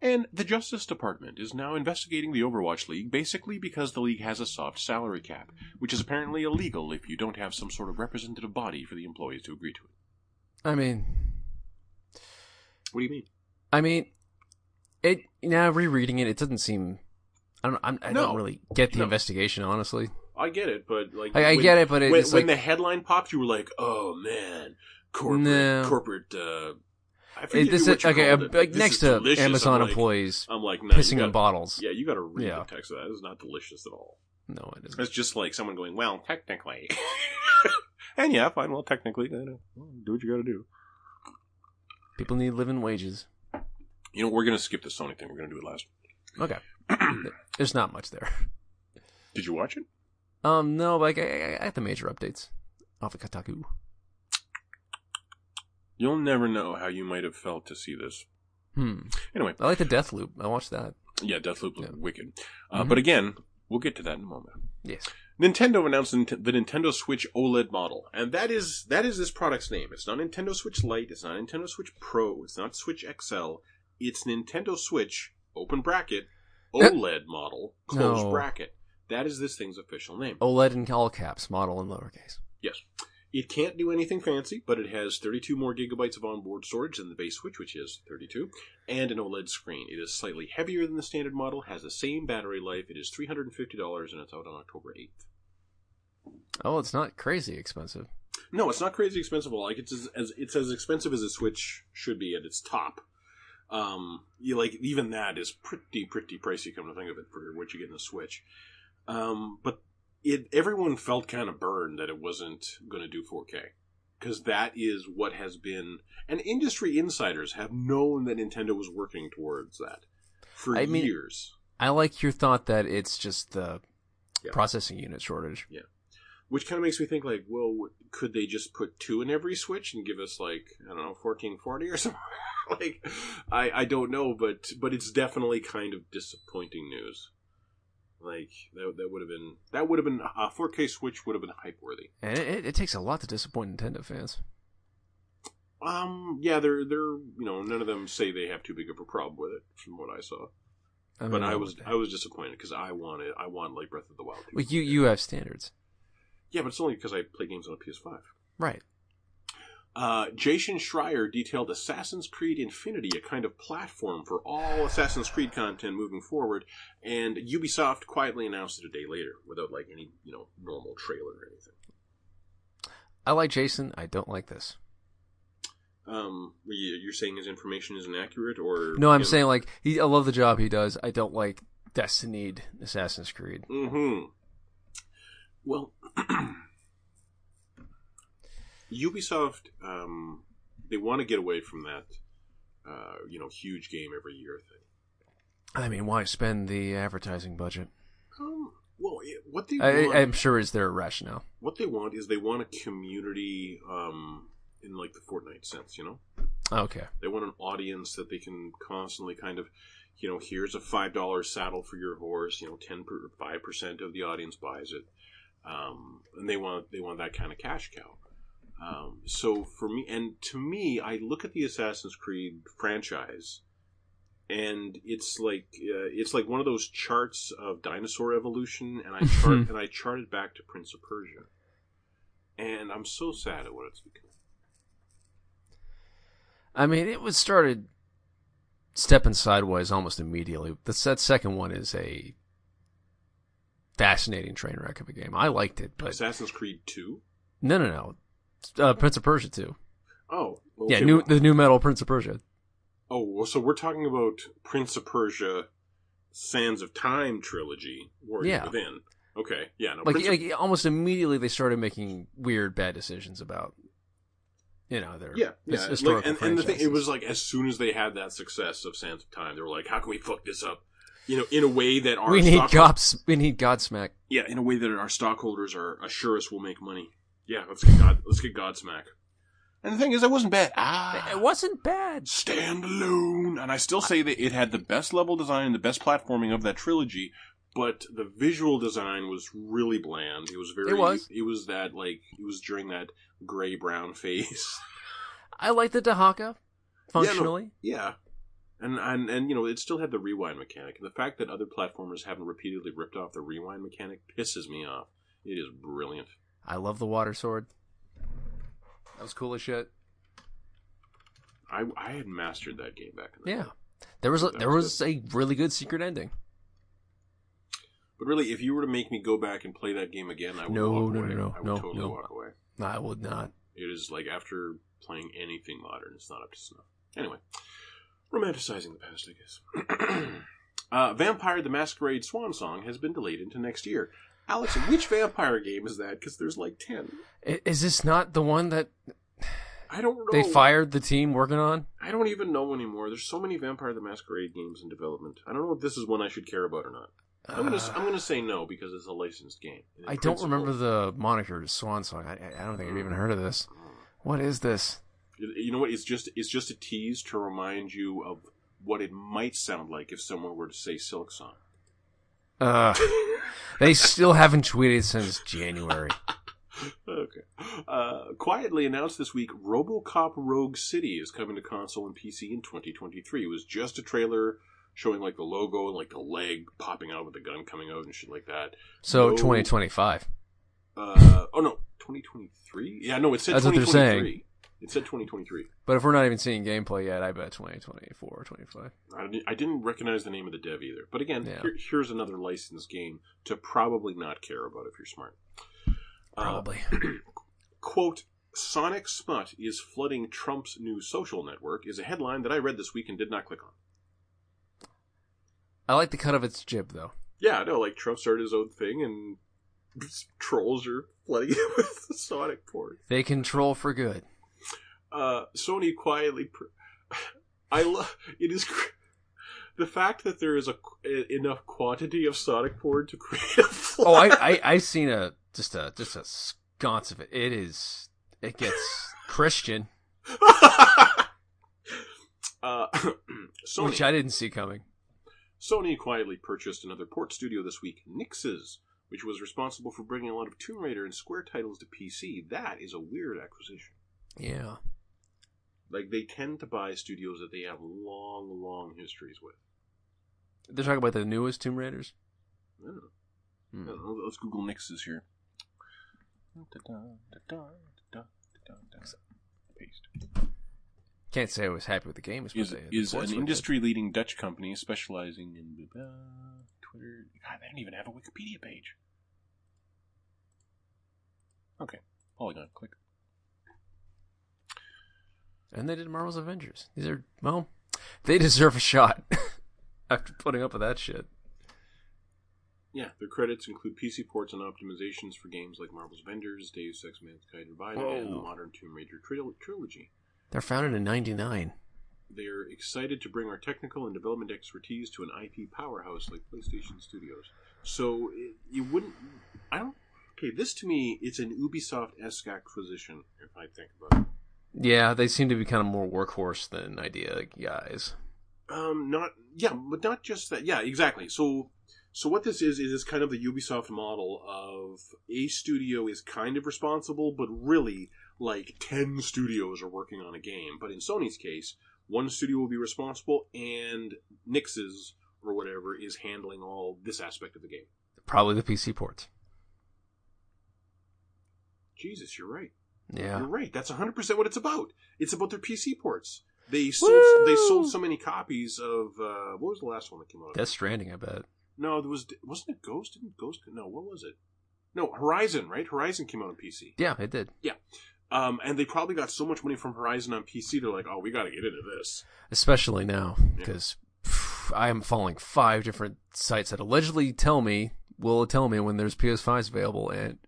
[SPEAKER 2] And the Justice Department is now investigating the Overwatch League basically because the league has a soft salary cap, which is apparently illegal if you don't have some sort of representative body for the employees to agree to it.
[SPEAKER 1] I mean,
[SPEAKER 2] What do you mean?
[SPEAKER 1] I mean, it now rereading it, it doesn't seem. I don't. I'm, I
[SPEAKER 2] No.
[SPEAKER 1] don't really get the
[SPEAKER 2] No.
[SPEAKER 1] investigation, honestly.
[SPEAKER 2] I get it, but like
[SPEAKER 1] I, I get it, but it,
[SPEAKER 2] when,
[SPEAKER 1] it's
[SPEAKER 2] when
[SPEAKER 1] like
[SPEAKER 2] the headline popped, you were like, "Oh man, corporate,
[SPEAKER 1] No.
[SPEAKER 2] corporate." Uh, I
[SPEAKER 1] it-
[SPEAKER 2] forget
[SPEAKER 1] this
[SPEAKER 2] what
[SPEAKER 1] is,
[SPEAKER 2] you
[SPEAKER 1] okay.
[SPEAKER 2] called
[SPEAKER 1] uh,
[SPEAKER 2] it.
[SPEAKER 1] like,
[SPEAKER 2] This
[SPEAKER 1] next
[SPEAKER 2] is
[SPEAKER 1] to
[SPEAKER 2] delicious.
[SPEAKER 1] Amazon
[SPEAKER 2] I'm like,
[SPEAKER 1] employees
[SPEAKER 2] I'm like, no,
[SPEAKER 1] pissing
[SPEAKER 2] you
[SPEAKER 1] in
[SPEAKER 2] gotta,
[SPEAKER 1] bottles.
[SPEAKER 2] Yeah, you got to read
[SPEAKER 1] Yeah.
[SPEAKER 2] the text of that. This is not delicious at all.
[SPEAKER 1] No, it isn't.
[SPEAKER 2] It's just like someone going, "Well, technically," and yeah, fine. Well, technically, I know. Well, do what you got to do.
[SPEAKER 1] People need living wages.
[SPEAKER 2] You know, we're gonna skip the Sony thing. We're gonna do it last.
[SPEAKER 1] Okay, there's not much there.
[SPEAKER 2] Did you watch it?
[SPEAKER 1] Um, no, like I, I, I have the major updates off of Kotaku.
[SPEAKER 2] You'll never know how you might have felt to see this.
[SPEAKER 1] Hmm.
[SPEAKER 2] Anyway,
[SPEAKER 1] I like the Death Loop. I watched that.
[SPEAKER 2] yeah, Deathloop looked
[SPEAKER 1] Yeah.
[SPEAKER 2] wicked, uh,
[SPEAKER 1] Mhm.
[SPEAKER 2] but again, we'll get to that in a moment.
[SPEAKER 1] Yes.
[SPEAKER 2] Nintendo announced the Nint- the Nintendo Switch OLED model, and that is that is this product's name. It's not Nintendo Switch Lite, it's not Nintendo Switch Pro, it's not Switch XL, it's Nintendo Switch open bracket OLED model close
[SPEAKER 1] No.
[SPEAKER 2] bracket. That is this thing's official name.
[SPEAKER 1] OLED E in all caps, model in lowercase.
[SPEAKER 2] Yes. It can't do anything fancy, but it has 32 more gigabytes of onboard storage than the base Switch, which is 32, and an OLED screen. It is slightly heavier than the standard model, has the same battery life. It is $350, and it's out on October 8th.
[SPEAKER 1] Oh, it's not crazy expensive.
[SPEAKER 2] No, it's not crazy expensive. at all. Like it's as, as it's as expensive as a Switch should be at its top. Um, you like even that is pretty pretty pricey. Come to think of it, for what you get in a Switch. Um, but it everyone felt kind of burned that it wasn't going to do 4K because that is what has been. And industry insiders have known that Nintendo was working towards that for
[SPEAKER 1] I mean-
[SPEAKER 2] years.
[SPEAKER 1] I like your thought that it's just the
[SPEAKER 2] Yeah.
[SPEAKER 1] processing unit shortage.
[SPEAKER 2] Which kind of makes me think, like, well, could they just put two in every switch and give us like I don't know, fourteen forty or something? like, I I don't know, but but it's definitely kind of disappointing news. Like that that would have been that would have been a four K switch would have been hype worthy.
[SPEAKER 1] And it, it, it takes a lot to disappoint Nintendo fans.
[SPEAKER 2] Um, yeah, they're they're you know none of them say they have too big of a problem with it from what I saw,
[SPEAKER 1] I mean,
[SPEAKER 2] but I was I was disappointed because I wanted I want like Breath of the Wild. 2.
[SPEAKER 1] Well, you you have standards,
[SPEAKER 2] yeah, but it's only because I play games on a PS Five.
[SPEAKER 1] right?
[SPEAKER 2] Uh, Jason Schreier detailed Assassin's Creed Infinity, a kind of platform for all Assassin's Creed content moving forward, and Ubisoft quietly announced it a day later without like any you know normal trailer or anything.
[SPEAKER 1] I like Jason. I don't like this.
[SPEAKER 2] Um, you- you're saying his information isn't accurate, or
[SPEAKER 1] No, I'm saying like he. I love the job he does. I don't like Destiny, Assassin's Creed.
[SPEAKER 2] Mm-hmm. Well, Ubisoft, um, they want to get away from that, uh, you know, huge game every year thing.
[SPEAKER 1] I mean, why spend the advertising budget?
[SPEAKER 2] Um, well, it- what they
[SPEAKER 1] I,
[SPEAKER 2] want-
[SPEAKER 1] I'm sure is their rationale.
[SPEAKER 2] what they want is they want a community um, in like the Fortnite sense, you know?
[SPEAKER 1] Okay,
[SPEAKER 2] They want an audience that they can constantly kind of, you know, here's a five dollar saddle for your horse, you know, ten five percent of the audience buys it, um, and they want they want that kind of cash cow. Um, so for me, and to me, I look at the Assassin's Creed franchise and it's like uh, it's like one of those charts of dinosaur evolution, and I chart and I charted back to Prince of Persia, and I'm so sad at what it's become.
[SPEAKER 1] I mean, it was started stepping sideways almost immediately. The that second one is a fascinating train wreck of a game. I liked it, but
[SPEAKER 2] Assassin's Creed Two.
[SPEAKER 1] no, no, no. Uh, Prince of Persia too.
[SPEAKER 2] Oh,
[SPEAKER 1] Yeah,
[SPEAKER 2] okay.
[SPEAKER 1] new the new metal Prince of Persia.
[SPEAKER 2] Oh, well, so we're talking about Prince of Persia, Sands of Time trilogy, Warrior
[SPEAKER 1] Yeah.
[SPEAKER 2] Within. Okay, yeah, no,
[SPEAKER 1] Like,
[SPEAKER 2] Prince of-
[SPEAKER 1] like almost immediately they started making weird bad decisions about you know their
[SPEAKER 2] yeah, yeah.
[SPEAKER 1] his-
[SPEAKER 2] like,
[SPEAKER 1] historical
[SPEAKER 2] and, and the thing, it
[SPEAKER 1] franchises.
[SPEAKER 2] was like as soon as they had that success of Sands of Time, they were like, how can we fuck this up? You know, in a way that our
[SPEAKER 1] we need
[SPEAKER 2] stock-
[SPEAKER 1] gods we need Godsmack.
[SPEAKER 2] yeah, in a way that our stockholders are assure us we'll make money. Yeah, let's get God, let's get Godsmack. And the thing is, that wasn't bad. Ah,
[SPEAKER 1] It wasn't bad.
[SPEAKER 2] standalone. And I still say that it had the best level design and the best platforming of that trilogy, but the visual design was really bland. It was very.
[SPEAKER 1] It was.
[SPEAKER 2] It was that like it was during that gray brown phase.
[SPEAKER 1] I like the Dahaka
[SPEAKER 2] no.
[SPEAKER 1] functionally.
[SPEAKER 2] yeah. And, and and you know it still had the rewind mechanic, and the fact that other platformers haven't repeatedly ripped off the rewind mechanic pisses me off. It is brilliant.
[SPEAKER 1] I love the water sword. That was cool as shit.
[SPEAKER 2] I, I had mastered that game back in the
[SPEAKER 1] Yeah.
[SPEAKER 2] day.
[SPEAKER 1] There was a,
[SPEAKER 2] That
[SPEAKER 1] there
[SPEAKER 2] was
[SPEAKER 1] was a really good secret ending.
[SPEAKER 2] But really, if you were to make me go back and play that game again, I would
[SPEAKER 1] No,
[SPEAKER 2] walk
[SPEAKER 1] no,
[SPEAKER 2] away.
[SPEAKER 1] no, no,
[SPEAKER 2] I would
[SPEAKER 1] no,
[SPEAKER 2] totally
[SPEAKER 1] no.
[SPEAKER 2] walk away.
[SPEAKER 1] I would not.
[SPEAKER 2] It is like after playing anything modern, it's not up to snuff. Anyway, romanticizing the past, I guess. uh, Vampire the Masquerade Swan Song has been delayed into next year. Alex, which vampire game is that? Because there's like 10.
[SPEAKER 1] I- Is this not the one that
[SPEAKER 2] I don't know.
[SPEAKER 1] they fired the team working on?
[SPEAKER 2] I don't even know anymore. There's so many Vampire the Masquerade games in development. I don't know if this is one I should care about or not. I'm gonna
[SPEAKER 1] Uh,
[SPEAKER 2] I'm gonna say no because it's a licensed game. In
[SPEAKER 1] I don't
[SPEAKER 2] principle-
[SPEAKER 1] remember the moniker Swan Song. I, I- I don't think I've even heard of this.
[SPEAKER 2] Uh-huh.
[SPEAKER 1] What is this?
[SPEAKER 2] You you know what? It's just it's just a tease to remind you of what it might sound like if someone were to say Silk Song.
[SPEAKER 1] Uh, they still haven't tweeted since January.
[SPEAKER 2] Okay. Uh, quietly announced this week, RoboCop Rogue City is coming to console and PC in 2023. It was just a trailer showing like the logo and like the leg popping out with the gun coming out and shit like that.
[SPEAKER 1] So
[SPEAKER 2] No.
[SPEAKER 1] 2025.
[SPEAKER 2] Uh, oh no, 2023? Yeah, no, it said
[SPEAKER 1] That's what they're
[SPEAKER 2] 2023.
[SPEAKER 1] saying.
[SPEAKER 2] It said 2023.
[SPEAKER 1] But if we're not even seeing gameplay yet, I bet 2024 or 25.
[SPEAKER 2] I didn't, I didn't recognize the name of the dev either. But again,
[SPEAKER 1] Yeah.
[SPEAKER 2] here, here's another licensed game to probably not care about if you're smart. Uh,
[SPEAKER 1] Probably.
[SPEAKER 2] quote, Sonic smut is flooding Trump's new social network is a headline that I read this week and did not click on.
[SPEAKER 1] I like the cut of its jib, though.
[SPEAKER 2] Yeah, no, like Trump started his own thing and trolls are flooding it with Sonic porn.
[SPEAKER 1] They control for good.
[SPEAKER 2] uh, Sony quietly. Pr- I love it is cr- the fact that there is a qu- e- enough quantity of Sonic porn to create a flood.
[SPEAKER 1] Oh, I, I I've seen a just a just a sconce of it. It is it gets Christian,
[SPEAKER 2] uh, Sony,
[SPEAKER 1] which I didn't see coming.
[SPEAKER 2] Sony quietly purchased another port studio this week, Nix's, which was responsible for bringing a lot of Tomb Raider and Square titles to PC. That is a weird acquisition.
[SPEAKER 1] Yeah,
[SPEAKER 2] Like they tend to buy studios that they have long, long histories with.
[SPEAKER 1] they're talking about the newest Tomb Raiders.
[SPEAKER 2] I don't know.
[SPEAKER 1] Hmm.
[SPEAKER 2] Uh, Let's Google Nixes here. Paste.
[SPEAKER 1] Can't say I was happy with the game. Is what
[SPEAKER 2] Is,
[SPEAKER 1] they-
[SPEAKER 2] is
[SPEAKER 1] the ports
[SPEAKER 2] an
[SPEAKER 1] were good.
[SPEAKER 2] industry leading Dutch company specializing in blah, blah, Twitter. God, they don't even have a Wikipedia page. Okay. Polygon, click.
[SPEAKER 1] and they did Marvel's Avengers. These are well, they deserve a shot after putting up with that shit.
[SPEAKER 2] Yeah, their credits include PC ports and optimizations for games like Marvel's Avengers, Deus Ex Mankind Divided, and the
[SPEAKER 1] Whoa.
[SPEAKER 2] modern Tomb Raider tril- trilogy.
[SPEAKER 1] They're founded in '99.
[SPEAKER 2] They're excited to bring our technical and development expertise to an IP powerhouse like PlayStation Studios. So it, you wouldn't. I don't. Okay, this to me, it's an Ubisoft esque acquisition, if I think about it.
[SPEAKER 1] Yeah, they seem to be kind of more workhorse than idea guys.
[SPEAKER 2] Um, not. Yeah, but not just that. Yeah, exactly. So. So what this is is it's kind of the Ubisoft model of a studio is kind of responsible, but really like ten studios are working on a game. But in Sony's case, One studio will be responsible, and Nix's or whatever is handling all this aspect of the game.
[SPEAKER 1] Probably the PC ports.
[SPEAKER 2] Jesus, you're right.
[SPEAKER 1] Yeah.
[SPEAKER 2] You're right. That's 100% what it's about. It's about their PC ports. They sold they sold so many copies of uh, what was the last one that came out?
[SPEAKER 1] Death Stranding, I bet.
[SPEAKER 2] No, there was wasn't it Ghost? Didn't Ghost? No, what was it? No, Horizon, right? Horizon came out on PC.
[SPEAKER 1] Yeah, it did.
[SPEAKER 2] Um, and they probably got so much money from Horizon on PC. They're like, oh, we got to get into this.
[SPEAKER 1] Especially now, because I am following five different sites that allegedly tell me, will tell me when there's PS5s available, and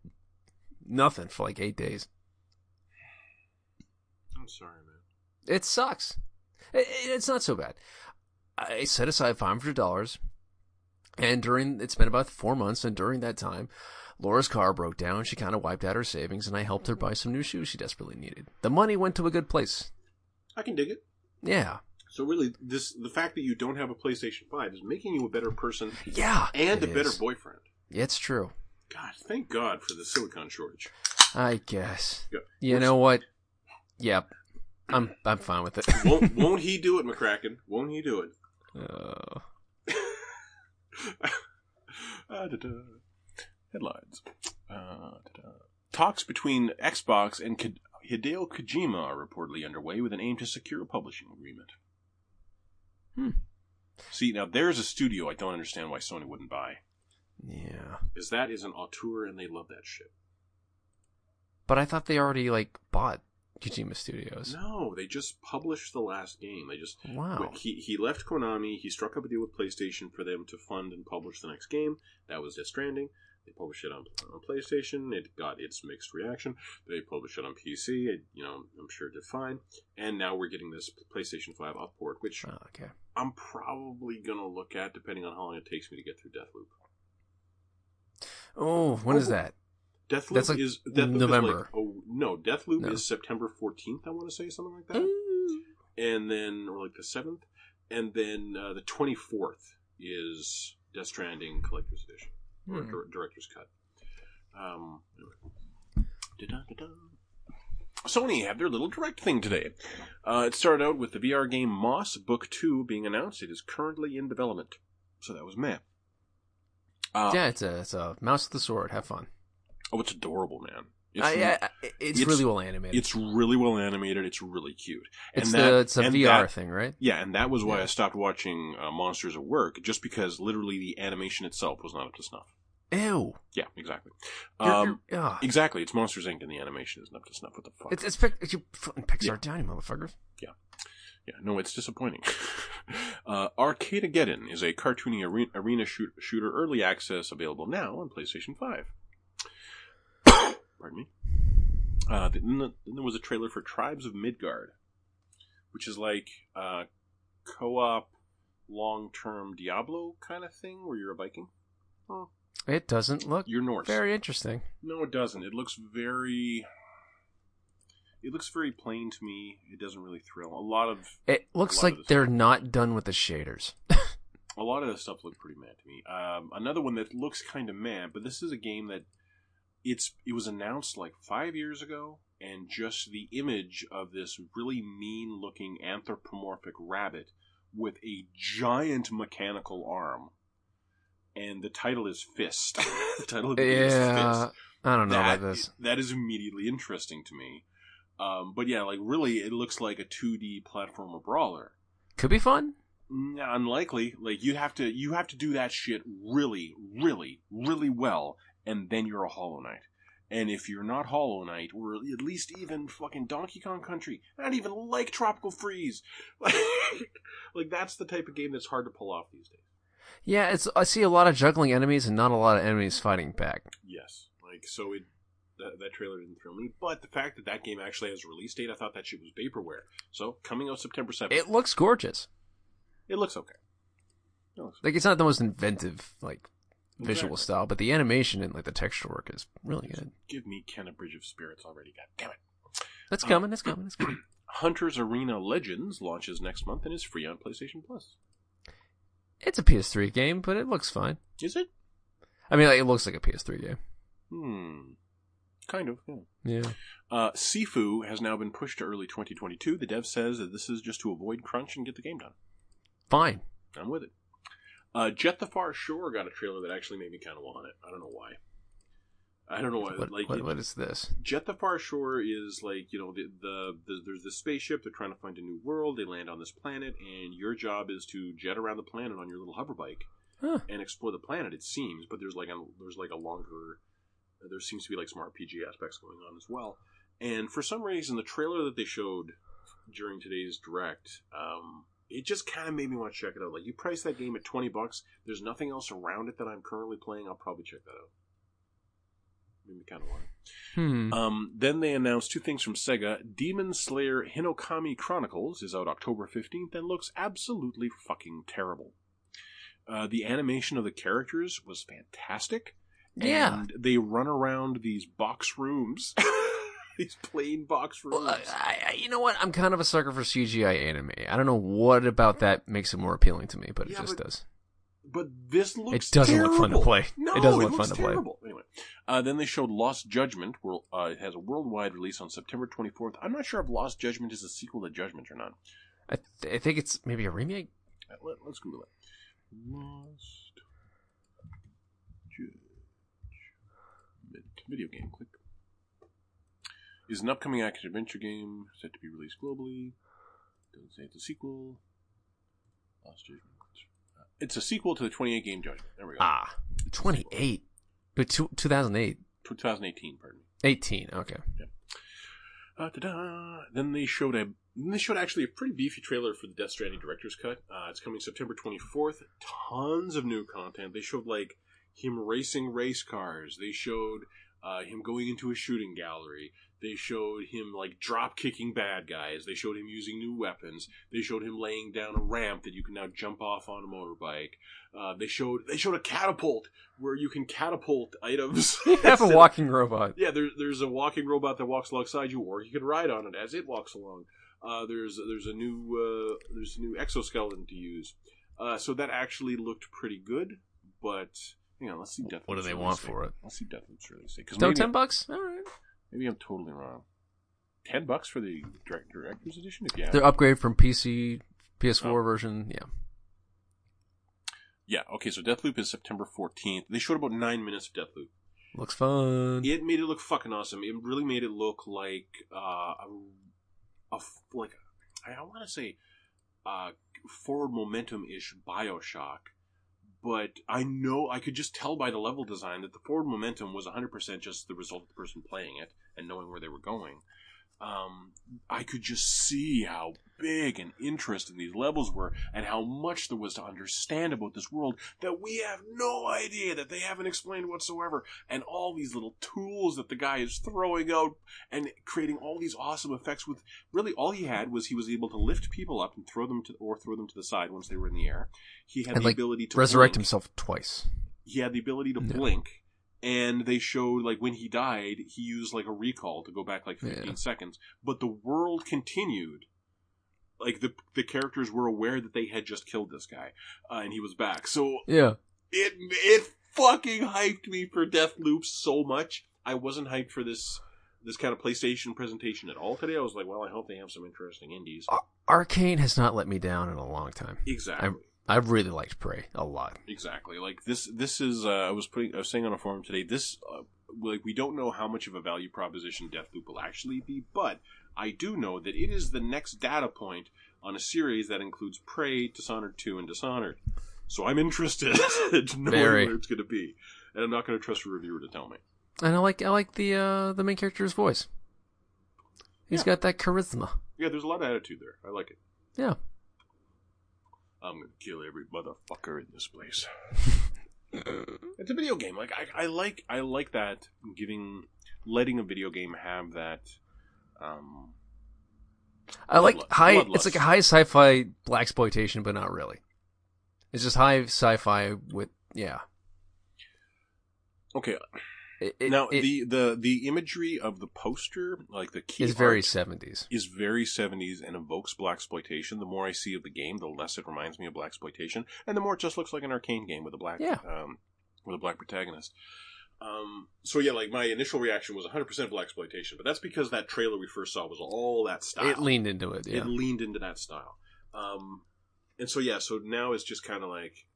[SPEAKER 1] nothing for like eight days.
[SPEAKER 2] I'm sorry, man.
[SPEAKER 1] It sucks. I- I- it's not so bad. I set aside five hundred dollars, and during it's been about four months, and during that time, Laura's car broke down. She kind of wiped out her savings, and I helped her buy some new shoes she desperately needed. The money went to a good place.
[SPEAKER 2] I can dig it.
[SPEAKER 1] Yeah,
[SPEAKER 2] So really, this the fact that you don't have a PlayStation Five is making you a better person
[SPEAKER 1] yeah,
[SPEAKER 2] and
[SPEAKER 1] it
[SPEAKER 2] a better
[SPEAKER 1] is.
[SPEAKER 2] boyfriend.
[SPEAKER 1] It's true.
[SPEAKER 2] God, thank God for the silicon shortage.
[SPEAKER 1] I guess.
[SPEAKER 2] Yeah.
[SPEAKER 1] You know what? Yep. I'm I'm fine with it.
[SPEAKER 2] won't won't he do it, McCracken? Won't he do it? Oh.
[SPEAKER 1] Uh,
[SPEAKER 2] Ah, da-da. Headlines. Ah, da-da. Talks between Xbox and K- Hideo Kojima are reportedly underway with an aim to secure a publishing agreement.
[SPEAKER 1] Hmm.
[SPEAKER 2] See, now there's a studio I don't understand why Sony wouldn't buy.
[SPEAKER 1] yeah.
[SPEAKER 2] Is that is an auteur and they love that shit.
[SPEAKER 1] But I thought they already like bought Kojima Studios.
[SPEAKER 2] No, they just published the last game. They just
[SPEAKER 1] Wow.
[SPEAKER 2] he he left Konami. He struck up a deal with PlayStation for them to fund and publish the next game. That was Death Stranding. They published it on, on PlayStation. It got its mixed reaction. They published it on PC. It, you know, I'm sure it did fine. And now we're getting this PlayStation Five upport, which
[SPEAKER 1] Oh, okay.
[SPEAKER 2] I'm probably gonna look at depending on how long it takes me to get through Deathloop.
[SPEAKER 1] Oh, when is
[SPEAKER 2] Oh,
[SPEAKER 1] that?
[SPEAKER 2] Deathloop
[SPEAKER 1] That's like
[SPEAKER 2] is Deathloop Is
[SPEAKER 1] November.
[SPEAKER 2] like, oh no, Deathloop
[SPEAKER 1] No.
[SPEAKER 2] is September 14th. I want to say something like that. and then or like the seventh, and then uh, the twenty fourth is Death Stranding Collector's Edition or
[SPEAKER 1] Hmm.
[SPEAKER 2] dir- Director's Cut. Um, anyway. Da-da-da-da. Sony have their little direct thing today. Uh, it started out with the VR game Moss Book Two being announced. It is currently in development, so that was meh. Uh,
[SPEAKER 1] Yeah, it's a it's a mouse with a sword. Have fun.
[SPEAKER 2] Oh, it's adorable, man. It's,
[SPEAKER 1] I, I, I- it's,
[SPEAKER 2] it's-
[SPEAKER 1] really well animated. It's,
[SPEAKER 2] it's really well animated. It's really cute.
[SPEAKER 1] the it's a
[SPEAKER 2] and
[SPEAKER 1] VR
[SPEAKER 2] that-
[SPEAKER 1] thing, right?
[SPEAKER 2] Yeah, and that was why
[SPEAKER 1] Yeah.
[SPEAKER 2] I stopped watching uh, Monsters at Work, just because literally the animation itself was not up to snuff.
[SPEAKER 1] Ew.
[SPEAKER 2] Yeah, exactly.
[SPEAKER 1] You're-
[SPEAKER 2] Um,
[SPEAKER 1] you're- ah.
[SPEAKER 2] exactly. It's Monsters Inc. and the animation isn't up to snuff. What the fuck?
[SPEAKER 1] It's it's, pic- it's your fucking Pixar down, you motherfuckers.
[SPEAKER 2] yeah, no, it's disappointing. uh, Arcadegeddon is a cartoony arena, arena shoot, shooter early access available now on PlayStation 5. Pardon me. Uh, then, the- then there was a trailer for Tribes of Midgard, which is like uh, co-op long-term Diablo kind of thing, where you're a Viking.
[SPEAKER 1] It doesn't look
[SPEAKER 2] You're Norse.
[SPEAKER 1] very interesting.
[SPEAKER 2] No, it doesn't. It looks very. It looks very plain to me. It doesn't really thrill. A lot of
[SPEAKER 1] It looks
[SPEAKER 2] lot
[SPEAKER 1] like
[SPEAKER 2] of this-
[SPEAKER 1] they're not done with the shaders.
[SPEAKER 2] a lot of the stuff looked pretty mad to me. Um, another one that looks kind of mad, but this is a game that it's it was announced like five years ago, and just the image of this really mean looking anthropomorphic rabbit with a giant mechanical arm, and the title is Fist. the title of the game is Fist.
[SPEAKER 1] yeah, I don't know
[SPEAKER 2] that,
[SPEAKER 1] about this.
[SPEAKER 2] that is immediately interesting to me. Um, but yeah, like really, it looks like a 2D platformer brawler.
[SPEAKER 1] Could be fun.
[SPEAKER 2] Mm, Unlikely. Like you have to you have to do that shit really, really, really well, and then you're a Hollow Knight. And if you're not Hollow Knight, or at least even fucking Donkey Kong Country, I don't even like Tropical Freeze. Like, like that's the type of game that's hard to pull off these days.
[SPEAKER 1] Yeah, it's I see a lot of juggling enemies and not a lot of enemies fighting back.
[SPEAKER 2] Yes, like so it. That, that trailer didn't thrill me, but the fact that that game actually has a release date, I thought that shit was vaporware. So coming out September seventh, it,
[SPEAKER 1] It looks gorgeous.
[SPEAKER 2] looks okay. It looks
[SPEAKER 1] Like it's not the most inventive like visual
[SPEAKER 2] Exactly.
[SPEAKER 1] style, but the animation and like the texture work is really good.
[SPEAKER 2] Give me Ken a Bridge of Spirits already. God damn it!
[SPEAKER 1] That's
[SPEAKER 2] Uh,
[SPEAKER 1] coming. That's coming. That's coming.
[SPEAKER 2] Hunter's Arena Legends launches next month and is free on PlayStation Plus.
[SPEAKER 1] It's a PS3 game, but it looks fine.
[SPEAKER 2] Is it?
[SPEAKER 1] I mean, like, it looks like a PS3 game.
[SPEAKER 2] Hmm. Kind of, yeah.
[SPEAKER 1] Yeah.
[SPEAKER 2] Uh, Sifu has now been pushed to early 2022. The dev says that this is just to avoid crunch and get the game done.
[SPEAKER 1] Fine.
[SPEAKER 2] I'm with it. Uh, Jet the Far Shore got a trailer that actually made me kind of want it. I don't know why. I don't know why.
[SPEAKER 1] What,
[SPEAKER 2] like
[SPEAKER 1] what,
[SPEAKER 2] it-
[SPEAKER 1] what is this?
[SPEAKER 2] Jet the Far Shore is like you know the, the the there's this spaceship. They're trying to find a new world. They land on this planet, and your job is to jet around the planet on your little hover bike
[SPEAKER 1] Huh.
[SPEAKER 2] and explore the planet. It seems, but there's like a there's like a longer there seems to be like some RPG aspects going on as well. And for some reason, the trailer that they showed during today's direct, um, it just kind of made me want to check it out. Like you price that game at twenty bucks. There's nothing else around it that I'm currently playing. I'll probably check that out. Made me kind of want. it.
[SPEAKER 1] Hmm.
[SPEAKER 2] Um, then they announced two things from Sega. Demon Slayer Hinokami Chronicles is out October 15th and looks absolutely fucking terrible. Uh, the animation of the characters was fantastic.
[SPEAKER 1] Yeah.
[SPEAKER 2] And they run around these box rooms. these plain box rooms.
[SPEAKER 1] Well, I, I, you know what? I'm kind of a sucker for CGI anime. I don't know what about that makes it more appealing to me, but it
[SPEAKER 2] Yeah,
[SPEAKER 1] just
[SPEAKER 2] but-
[SPEAKER 1] does.
[SPEAKER 2] but this looks
[SPEAKER 1] doesn't look fun to
[SPEAKER 2] terrible.
[SPEAKER 1] play.
[SPEAKER 2] No,
[SPEAKER 1] It doesn't look
[SPEAKER 2] looks
[SPEAKER 1] fun to play.
[SPEAKER 2] terrible. Anyway, uh, then they showed Lost Judgment. World, uh, it has a worldwide release on September 24th. I'm not sure if Lost Judgment is a sequel to Judgment or not.
[SPEAKER 1] I, th- I think it's maybe a remake.
[SPEAKER 2] Uh, Let, us Google it. Lost Judgment video game. Click. Is an upcoming action adventure game set to be released globally. Doesn't say it's a sequel. Lost Judgment. Uh, It's a sequel to the 28 game Judgment. There we go.
[SPEAKER 1] Ah, 28. But two, 2008.
[SPEAKER 2] 2018. Pardon me.
[SPEAKER 1] 18. Okay.
[SPEAKER 2] Uh, da-da. Then they showed a. Then they showed actually a pretty beefy trailer for the Death Stranding director's cut. Uh, it's coming September 24th. Tons of new content. They showed like him racing race cars. They showed uh, him going into a shooting gallery. They showed him like drop kicking bad guys. They showed him using new weapons. They showed him laying down a ramp that you can now jump off on a motorbike. Uh, they showed they showed a catapult where you can catapult items.
[SPEAKER 1] Have a walking robot.
[SPEAKER 2] Yeah, there, there's a walking robot that walks alongside you, or you can ride on it as it walks along. Uh, there's there's a new uh, there's a new exoskeleton to use. Uh, so that actually looked pretty good, but hang on, let's see. Deathloop's
[SPEAKER 1] What do they
[SPEAKER 2] release
[SPEAKER 1] want
[SPEAKER 2] date.
[SPEAKER 1] for it?
[SPEAKER 2] Let's see Deathloop's release date. 'Cause
[SPEAKER 1] No,
[SPEAKER 2] maybe,
[SPEAKER 1] 10 bucks? All right.
[SPEAKER 2] maybe I'm totally wrong. Ten bucks for the direct, director's edition, if you have.
[SPEAKER 1] Their upgrade from PC, PS4
[SPEAKER 2] Oh.
[SPEAKER 1] version. Yeah.
[SPEAKER 2] yeah, okay. So Deathloop is September 14th. They showed about nine minutes of Deathloop.
[SPEAKER 1] Looks fun.
[SPEAKER 2] It made it look fucking awesome. It really made it look like uh, a, a f- like I, I want to say uh, forward momentum ish Bioshock, but I know I could just tell by the level design that the forward momentum was 100% just the result of the person playing it and knowing where they were going. Um, I could just see how big and interesting these levels were, and how much there was to understand about this world that we have no idea that they haven't explained whatsoever and all these little tools that the guy is throwing out and creating all these awesome effects with really all he had was he was able to lift people up and throw them to or throw them to the side once they were in the air. He had
[SPEAKER 1] And,
[SPEAKER 2] the
[SPEAKER 1] like,
[SPEAKER 2] ability to
[SPEAKER 1] Resurrect
[SPEAKER 2] blink.
[SPEAKER 1] himself twice.
[SPEAKER 2] He had the ability to
[SPEAKER 1] Yeah.
[SPEAKER 2] blink and they showed like when he died he used like a recall to go back like 15
[SPEAKER 1] Yeah.
[SPEAKER 2] seconds but the world continued like the the characters were aware that they had just killed this guy uh, and he was back so
[SPEAKER 1] Yeah.
[SPEAKER 2] it it fucking hyped me for Deathloop so much. I wasn't hyped for this this kind of PlayStation presentation at all today. I was like, well, I hope they have some interesting indies.
[SPEAKER 1] Ar- Arcane has not let me down in a long time.
[SPEAKER 2] exactly.
[SPEAKER 1] I'm- I really liked Prey a lot.
[SPEAKER 2] Exactly. Like this. This is. Uh, I was putting. I was saying on a forum today. This. Uh, like we don't know how much of a value proposition Deathloop will actually be, but I do know that it is the next data point on a series that includes Prey, Dishonored Two, and Dishonored. So I'm interested to know
[SPEAKER 1] Very.
[SPEAKER 2] where it's going to be, and I'm not going to trust a reviewer to tell me.
[SPEAKER 1] And I like I like the uh, the main character's voice. He's
[SPEAKER 2] Yeah.
[SPEAKER 1] got that charisma.
[SPEAKER 2] Yeah, there's a lot of attitude there. I like it.
[SPEAKER 1] Yeah.
[SPEAKER 2] I'm gonna kill every motherfucker in this place. it's a video game. Like I, I like I like that giving letting a video game have that um
[SPEAKER 1] I like
[SPEAKER 2] Bloodlust.
[SPEAKER 1] high.
[SPEAKER 2] Bloodlust.
[SPEAKER 1] It's like a high sci-fi black exploitation, but not really. It's just high sci-fi with yeah.
[SPEAKER 2] Okay.
[SPEAKER 1] It, it,
[SPEAKER 2] Now
[SPEAKER 1] it
[SPEAKER 2] the, the the imagery of the poster, like the key
[SPEAKER 1] is very
[SPEAKER 2] art,
[SPEAKER 1] seventies.
[SPEAKER 2] is very 70s and evokes black exploitation. The more I see of the game, the less it reminds me of black exploitation, and the more it just looks like an arcane game with a black
[SPEAKER 1] Yeah.
[SPEAKER 2] um, with a black protagonist. Um, so yeah, like my initial reaction was 100% black exploitation, but that's because that trailer we first saw was all that style.
[SPEAKER 1] It leaned into it. Yeah.
[SPEAKER 2] It leaned into that style. Um, and so yeah, so now it's just kind of like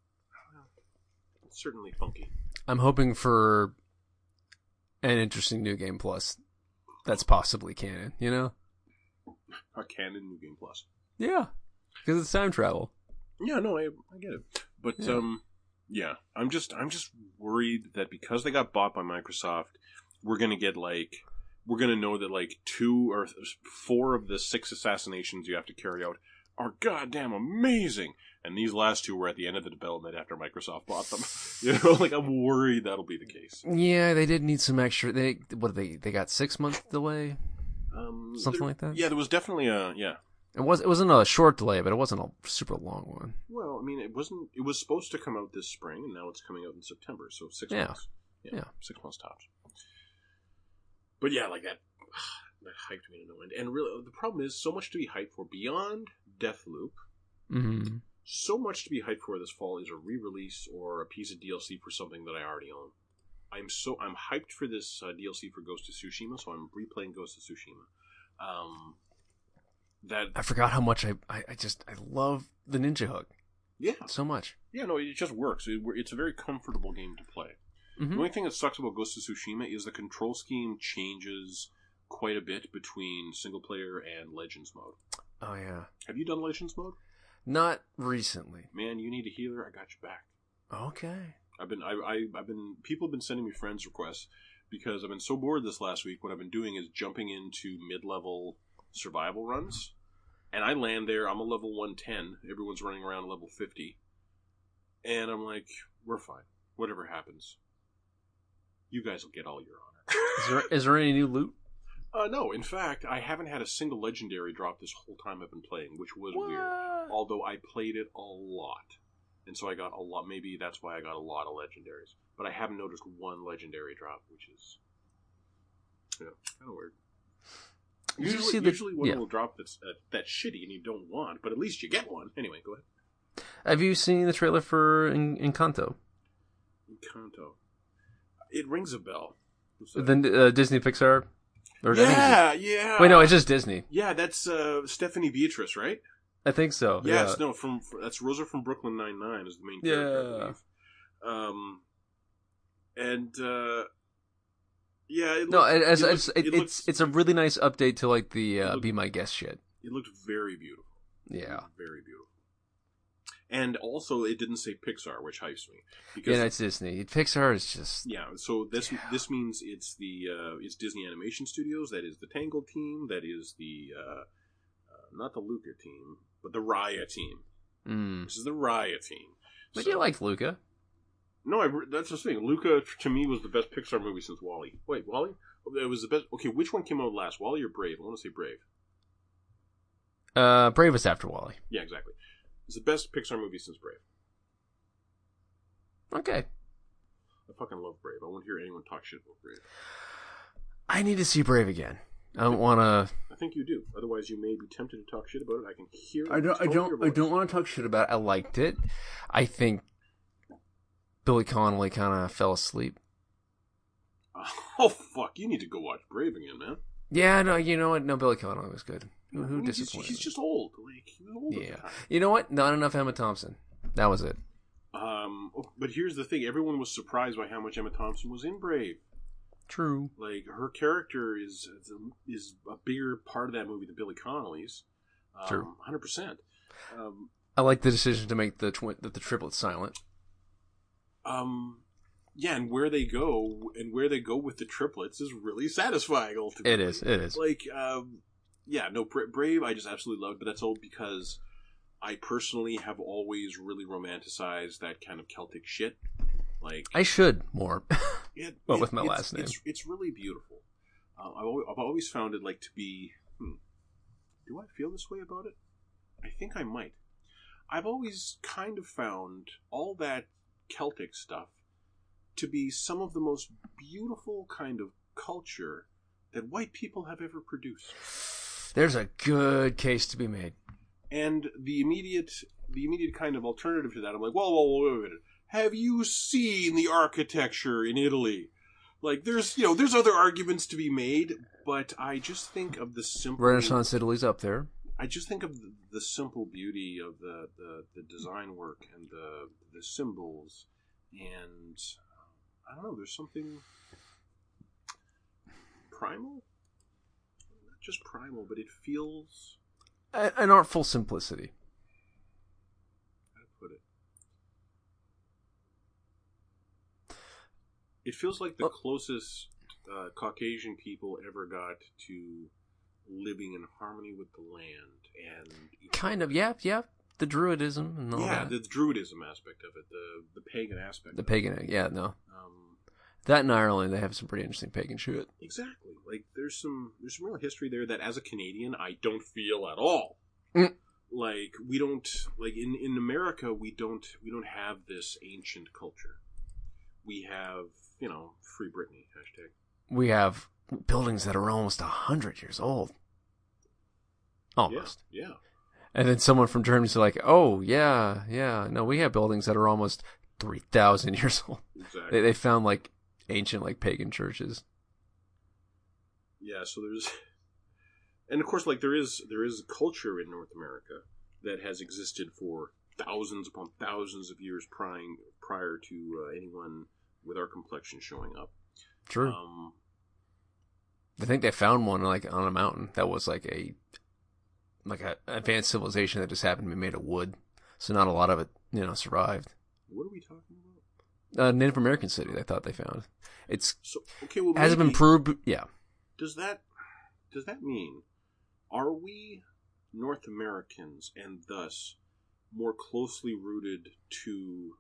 [SPEAKER 2] it's certainly funky.
[SPEAKER 1] I'm hoping for an interesting new game plus that's possibly canon. You know?
[SPEAKER 2] A canon new game plus.
[SPEAKER 1] Yeah. Because it's time travel.
[SPEAKER 2] Yeah, no, I, I get it, but
[SPEAKER 1] Yeah.
[SPEAKER 2] um, yeah, I'm just I'm just worried that because they got bought by Microsoft, we're gonna get like we're gonna know that like two or th- four of the six assassinations you have to carry out are goddamn amazing, and these last two were at the end of the development after Microsoft bought them. you know, like I'm worried that'll be the case.
[SPEAKER 1] Yeah, they did need some extra. They what they they got six month delay.
[SPEAKER 2] Um,
[SPEAKER 1] Something
[SPEAKER 2] there-
[SPEAKER 1] like that?
[SPEAKER 2] Yeah, there was definitely a yeah.
[SPEAKER 1] It was it wasn't a short delay, but it wasn't a super long one.
[SPEAKER 2] Well, I mean, it wasn't. It was supposed to come out this spring, and now it's coming out in September. So six
[SPEAKER 1] Yeah.
[SPEAKER 2] months.
[SPEAKER 1] Yeah.
[SPEAKER 2] six months tops. But yeah, like that. That hyped me to no end. And really, the problem is so much to be hyped for beyond Deathloop.
[SPEAKER 1] Mm-hmm.
[SPEAKER 2] So much to be hyped for this fall is a re-release or a piece of DLC for something that I already own. I'm so I'm hyped for this uh, DLC for Ghost of Tsushima, so I'm replaying Ghost of Tsushima. Um, that
[SPEAKER 1] I forgot how much I, I I just I love the ninja hook
[SPEAKER 2] yeah,
[SPEAKER 1] so much.
[SPEAKER 2] yeah, no, it just works. It, it's a very comfortable game to play. The
[SPEAKER 1] Mm-hmm.
[SPEAKER 2] only thing that sucks about Ghost of Tsushima is the control scheme changes quite a bit between single player and Legends mode.
[SPEAKER 1] Oh yeah,
[SPEAKER 2] Have you done Legends mode?
[SPEAKER 1] not recently.
[SPEAKER 2] Man, you need a healer. I got you back.
[SPEAKER 1] Okay.
[SPEAKER 2] I've been, I, I, I've been. People have been sending me friends requests because I've been so bored this last week. What I've been doing is jumping into mid-level survival runs, and I land there. I'm a level 110. Everyone's running around level 50, and I'm like, we're fine. Whatever happens, you guys will get all your honor.
[SPEAKER 1] Is there is there any new loot?
[SPEAKER 2] Uh, no, in fact, I haven't had a single legendary drop this whole time I've been playing, which was weird.
[SPEAKER 1] What?
[SPEAKER 2] Although I played it a lot, and so I got a lot. Maybe that's why I got a lot of legendaries, but I haven't noticed one legendary drop, which is yeah, kind of weird.
[SPEAKER 1] Did you
[SPEAKER 2] Usually,
[SPEAKER 1] see the-
[SPEAKER 2] usually one
[SPEAKER 1] yeah.
[SPEAKER 2] will drop that's uh, that's shitty and you don't want, but at least you get one. Anyway, go ahead.
[SPEAKER 1] Have you seen the trailer for En- Encanto,
[SPEAKER 2] Encanto. It rings a bell. What's that?
[SPEAKER 1] the uh, Disney Pixar? Or I think it's Disney.
[SPEAKER 2] yeah, yeah.
[SPEAKER 1] Wait, no, it's just Disney.
[SPEAKER 2] yeah, that's uh, Stephanie Beatrice, right?
[SPEAKER 1] I think so.
[SPEAKER 2] Yes,
[SPEAKER 1] Oh, yeah.
[SPEAKER 2] no, from fr- that's Rosa from Brooklyn Nine Nine is the main
[SPEAKER 1] Yeah.
[SPEAKER 2] character, I believe. Um, and uh, yeah, it
[SPEAKER 1] No,
[SPEAKER 2] looked-
[SPEAKER 1] it, as,
[SPEAKER 2] it
[SPEAKER 1] it's,
[SPEAKER 2] looked-
[SPEAKER 1] it,
[SPEAKER 2] it
[SPEAKER 1] it's
[SPEAKER 2] looked-
[SPEAKER 1] it's a really nice update to like the uh,
[SPEAKER 2] looked-
[SPEAKER 1] be my guest shit.
[SPEAKER 2] it looked very beautiful. It
[SPEAKER 1] Yeah,
[SPEAKER 2] looked very beautiful. And also, it didn't say Pixar, which hypes me because
[SPEAKER 1] yeah, no, it's Disney. Pixar is just
[SPEAKER 2] yeah. So this
[SPEAKER 1] Yeah.
[SPEAKER 2] this means it's the uh, it's Disney Animation Studios. That is the Tangled team. That is the uh, uh, not the Luca team, but the Raya team.
[SPEAKER 1] mm.
[SPEAKER 2] This is the Raya team.
[SPEAKER 1] But
[SPEAKER 2] So-
[SPEAKER 1] you liked Luca.
[SPEAKER 2] No, I, re- that's the thing. Luca to me was the best Pixar movie since Wally. Wait, Wally? It was the best. Okay, which one came out last? Wally or Brave? I want to say Brave.
[SPEAKER 1] Uh, Bravest after Wally.
[SPEAKER 2] Yeah, exactly. It's the best Pixar movie since Brave.
[SPEAKER 1] Okay,
[SPEAKER 2] I fucking love Brave. I won't hear anyone talk shit about Brave.
[SPEAKER 1] I need to see Brave again. I don't want to.
[SPEAKER 2] I think you do. Otherwise, you may be tempted to talk shit about it. I can hear.
[SPEAKER 1] I don't. I
[SPEAKER 2] the tone of your
[SPEAKER 1] don't. I
[SPEAKER 2] voice.
[SPEAKER 1] don't want to talk shit about. It. I liked it. I think Billy Connolly kind of fell asleep.
[SPEAKER 2] Oh fuck! You need to go watch Brave again, man.
[SPEAKER 1] Yeah, no, you know what? No, Billy Connolly was good. Who,
[SPEAKER 2] I
[SPEAKER 1] who
[SPEAKER 2] mean, he's, just-
[SPEAKER 1] disappointed?
[SPEAKER 2] he's just old. Like he was old. at the
[SPEAKER 1] yeah.
[SPEAKER 2] time.
[SPEAKER 1] You know what? Not enough Emma Thompson. That was it.
[SPEAKER 2] Um. oh, But here's the thing: everyone was surprised by how much Emma Thompson was in Brave.
[SPEAKER 1] True.
[SPEAKER 2] like her character is is a, is a bigger part of that movie than Billy Connolly's. Um,
[SPEAKER 1] True.
[SPEAKER 2] hundred percent. Um,
[SPEAKER 1] I like the decision to make the twin, the, the triplet silent.
[SPEAKER 2] um, yeah, and where they go and where they go with the triplets is really satisfying. Ultimately,
[SPEAKER 1] It is. It is.
[SPEAKER 2] like, um, yeah, no, Bra- Brave, I just absolutely loved, but that's all because I personally have always really romanticized that kind of Celtic shit. Like,
[SPEAKER 1] I should more.
[SPEAKER 2] It,
[SPEAKER 1] Well,
[SPEAKER 2] it-
[SPEAKER 1] with my
[SPEAKER 2] it's-
[SPEAKER 1] last name.
[SPEAKER 2] it's, it's really beautiful. Uh, I've, always, I've always found it like to be. Hmm, do I feel this way about it? I think I might. I've always kind of found all that Celtic stuff to be some of the most beautiful kind of culture that white people have ever produced.
[SPEAKER 1] There's a good case to be made.
[SPEAKER 2] And the immediate, the immediate kind of alternative to that, I'm like, well, well, wait, wait, wait. Have you seen the architecture in Italy? Like there's you know there's other arguments to be made, but I just think of the simple
[SPEAKER 1] Renaissance Italy's up there.
[SPEAKER 2] I just think of the, the simple beauty of the, the, the design work and the the symbols, and um, I don't know. There's something primal, not just primal, but it feels.
[SPEAKER 1] A- An artful simplicity.
[SPEAKER 2] How to put it? It feels like the
[SPEAKER 1] Oh.
[SPEAKER 2] closest uh, Caucasian people ever got to living in harmony with the land and
[SPEAKER 1] Kind of, yeah, yeah. The Druidism and all
[SPEAKER 2] yeah,
[SPEAKER 1] that.
[SPEAKER 2] the Druidism aspect of it, the the pagan aspect,
[SPEAKER 1] the
[SPEAKER 2] of it.
[SPEAKER 1] pagan, yeah, no.
[SPEAKER 2] Um,
[SPEAKER 1] That in Ireland, they have some pretty interesting pagan shit.
[SPEAKER 2] exactly. Like there's some there's some real history there that as a Canadian I don't feel at all.
[SPEAKER 1] Mm.
[SPEAKER 2] Like we don't like in in America we don't we don't have this ancient culture. We have you know free Brittany hashtag.
[SPEAKER 1] We have buildings that are almost a hundred years old, almost.
[SPEAKER 2] Yeah, yeah.
[SPEAKER 1] And then someone from Germany's like, "Oh yeah, yeah, no, we have buildings that are almost three thousand years old."
[SPEAKER 2] Exactly.
[SPEAKER 1] They, they found like ancient, like pagan churches.
[SPEAKER 2] yeah so there's and of course like there is there is a culture in north america that has existed for thousands upon thousands of years prior prior to uh, anyone with our complexion showing up
[SPEAKER 1] True.
[SPEAKER 2] um
[SPEAKER 1] I think they found one like on a mountain that was like a like a advanced civilization that just happened to be made of wood, so not a lot of it, you know, survived.
[SPEAKER 2] what are we talking about
[SPEAKER 1] Uh, Native American city, they thought they found. It's
[SPEAKER 2] so okay well
[SPEAKER 1] hasn't been
[SPEAKER 2] maybe-
[SPEAKER 1] proved. Yeah,
[SPEAKER 2] does that does that mean are we north americans and thus more closely rooted to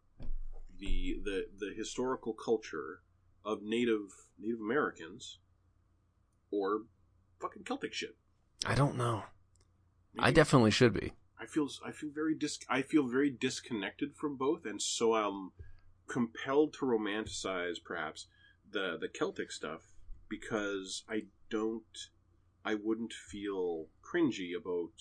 [SPEAKER 2] the the the historical culture of native native americans or fucking celtic shit
[SPEAKER 1] I don't know. I
[SPEAKER 2] Maybe.
[SPEAKER 1] definitely should be.
[SPEAKER 2] I feel I feel very dis I feel very disconnected from both, and so I'm compelled to romanticize perhaps the the Celtic stuff because I don't I wouldn't feel cringy about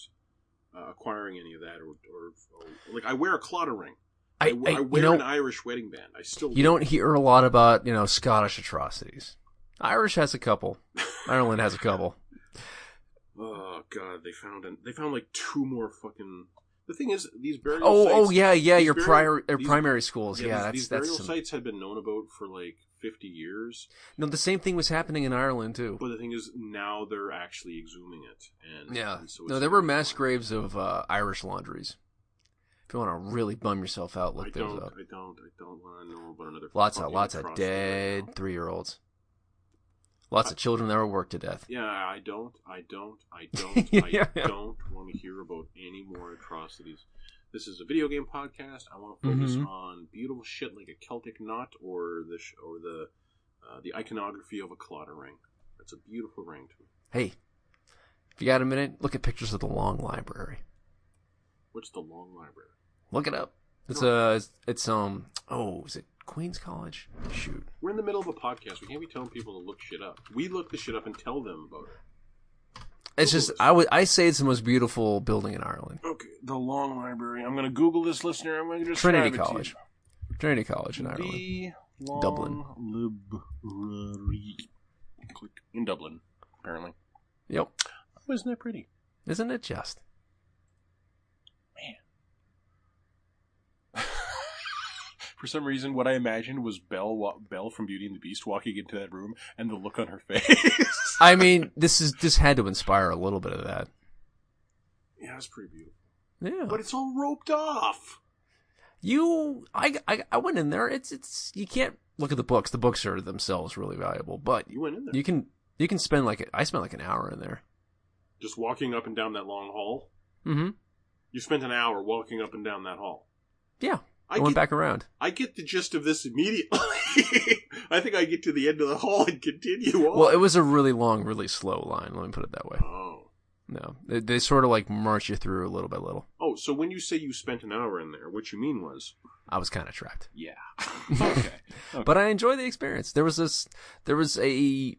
[SPEAKER 2] uh, acquiring any of that or, or, or like I wear a clotter ring.
[SPEAKER 1] I,
[SPEAKER 2] w-
[SPEAKER 1] I,
[SPEAKER 2] I
[SPEAKER 1] you
[SPEAKER 2] wear an
[SPEAKER 1] know,
[SPEAKER 2] Irish wedding band. I still
[SPEAKER 1] you don't hear a lot about you know Scottish atrocities. Irish has a couple. Ireland has a couple.
[SPEAKER 2] Oh god, they found an, they found like two more fucking. The thing is, these burial
[SPEAKER 1] Oh,
[SPEAKER 2] sites,
[SPEAKER 1] oh yeah, yeah.
[SPEAKER 2] these
[SPEAKER 1] Your
[SPEAKER 2] burial-
[SPEAKER 1] prior, your
[SPEAKER 2] these-
[SPEAKER 1] primary schools. Yeah,
[SPEAKER 2] these-
[SPEAKER 1] that's
[SPEAKER 2] these
[SPEAKER 1] that's
[SPEAKER 2] burial
[SPEAKER 1] some-
[SPEAKER 2] sites had been known about for like fifty years.
[SPEAKER 1] no. The same thing was happening in Ireland too.
[SPEAKER 2] But the thing is, now they're actually exhuming it, and
[SPEAKER 1] Yeah.
[SPEAKER 2] and so it's
[SPEAKER 1] No, there were
[SPEAKER 2] really
[SPEAKER 1] mass
[SPEAKER 2] fun.
[SPEAKER 1] graves of uh, Irish laundries. If you want to really bum yourself out,
[SPEAKER 2] I
[SPEAKER 1] look those
[SPEAKER 2] don't,
[SPEAKER 1] up.
[SPEAKER 2] I don't, I don't want to know about another.
[SPEAKER 1] Lots of
[SPEAKER 2] fucking
[SPEAKER 1] lots of
[SPEAKER 2] atrocity right
[SPEAKER 1] dead
[SPEAKER 2] now.
[SPEAKER 1] three year olds. Lots of children that were worked to death.
[SPEAKER 2] yeah, I don't, I don't, I don't,
[SPEAKER 1] Yeah.
[SPEAKER 2] I don't want to hear about any more atrocities. This is a video game podcast. I want to focus
[SPEAKER 1] Mhm.
[SPEAKER 2] on beautiful shit like a Celtic knot or the sh- or the uh, the iconography of a clotter ring. That's a beautiful ring to me.
[SPEAKER 1] Hey, if you got a minute, look at pictures of the Long Library.
[SPEAKER 2] What's the long library?
[SPEAKER 1] Look it up. It's uh, it's, it's um, oh, is it Queens College? Shoot,
[SPEAKER 2] We're in the middle of a podcast. We can't be telling people to look shit up. We look the shit up and tell them about it.
[SPEAKER 1] it's just I would I say it's the most beautiful building in Ireland.
[SPEAKER 2] Okay, the long library. I'm going to Google this, listener. I'm going to describe
[SPEAKER 1] Trinity
[SPEAKER 2] it to you.
[SPEAKER 1] College, Trinity College in Ireland.
[SPEAKER 2] The long
[SPEAKER 1] Dublin.
[SPEAKER 2] library. Click. In Dublin, apparently.
[SPEAKER 1] Yep,
[SPEAKER 2] Oh, isn't that pretty?
[SPEAKER 1] isn't it just?
[SPEAKER 2] For some reason, what I imagined was Belle, wa- Belle from Beauty and the Beast walking into that room and the look on her face.
[SPEAKER 1] I mean, this is this had to inspire a little bit of that.
[SPEAKER 2] yeah, that's pretty beautiful.
[SPEAKER 1] Yeah,
[SPEAKER 2] But it's all roped off.
[SPEAKER 1] you, I, I, I went in there. It's, it's, you can't look at the books. The books are themselves really valuable, but
[SPEAKER 2] You went in there.
[SPEAKER 1] you can, you can spend like, I spent like an hour in there.
[SPEAKER 2] Just walking up and down that long hall.
[SPEAKER 1] Mm-hmm.
[SPEAKER 2] You spent an hour walking up and down that hall.
[SPEAKER 1] Yeah, I,
[SPEAKER 2] I
[SPEAKER 1] went
[SPEAKER 2] get-
[SPEAKER 1] back around.
[SPEAKER 2] I get the gist of this immediately. I think I get to the end of the hall and continue on.
[SPEAKER 1] Well, it was a really long, really slow line. Let me put it that way.
[SPEAKER 2] oh.
[SPEAKER 1] No, they, they sort of like march you through little by little.
[SPEAKER 2] Oh, so when you say you spent an hour in there, what you mean was.
[SPEAKER 1] I was kind of trapped,
[SPEAKER 2] Yeah. okay.
[SPEAKER 1] but I enjoyed the experience. There was this, there was a,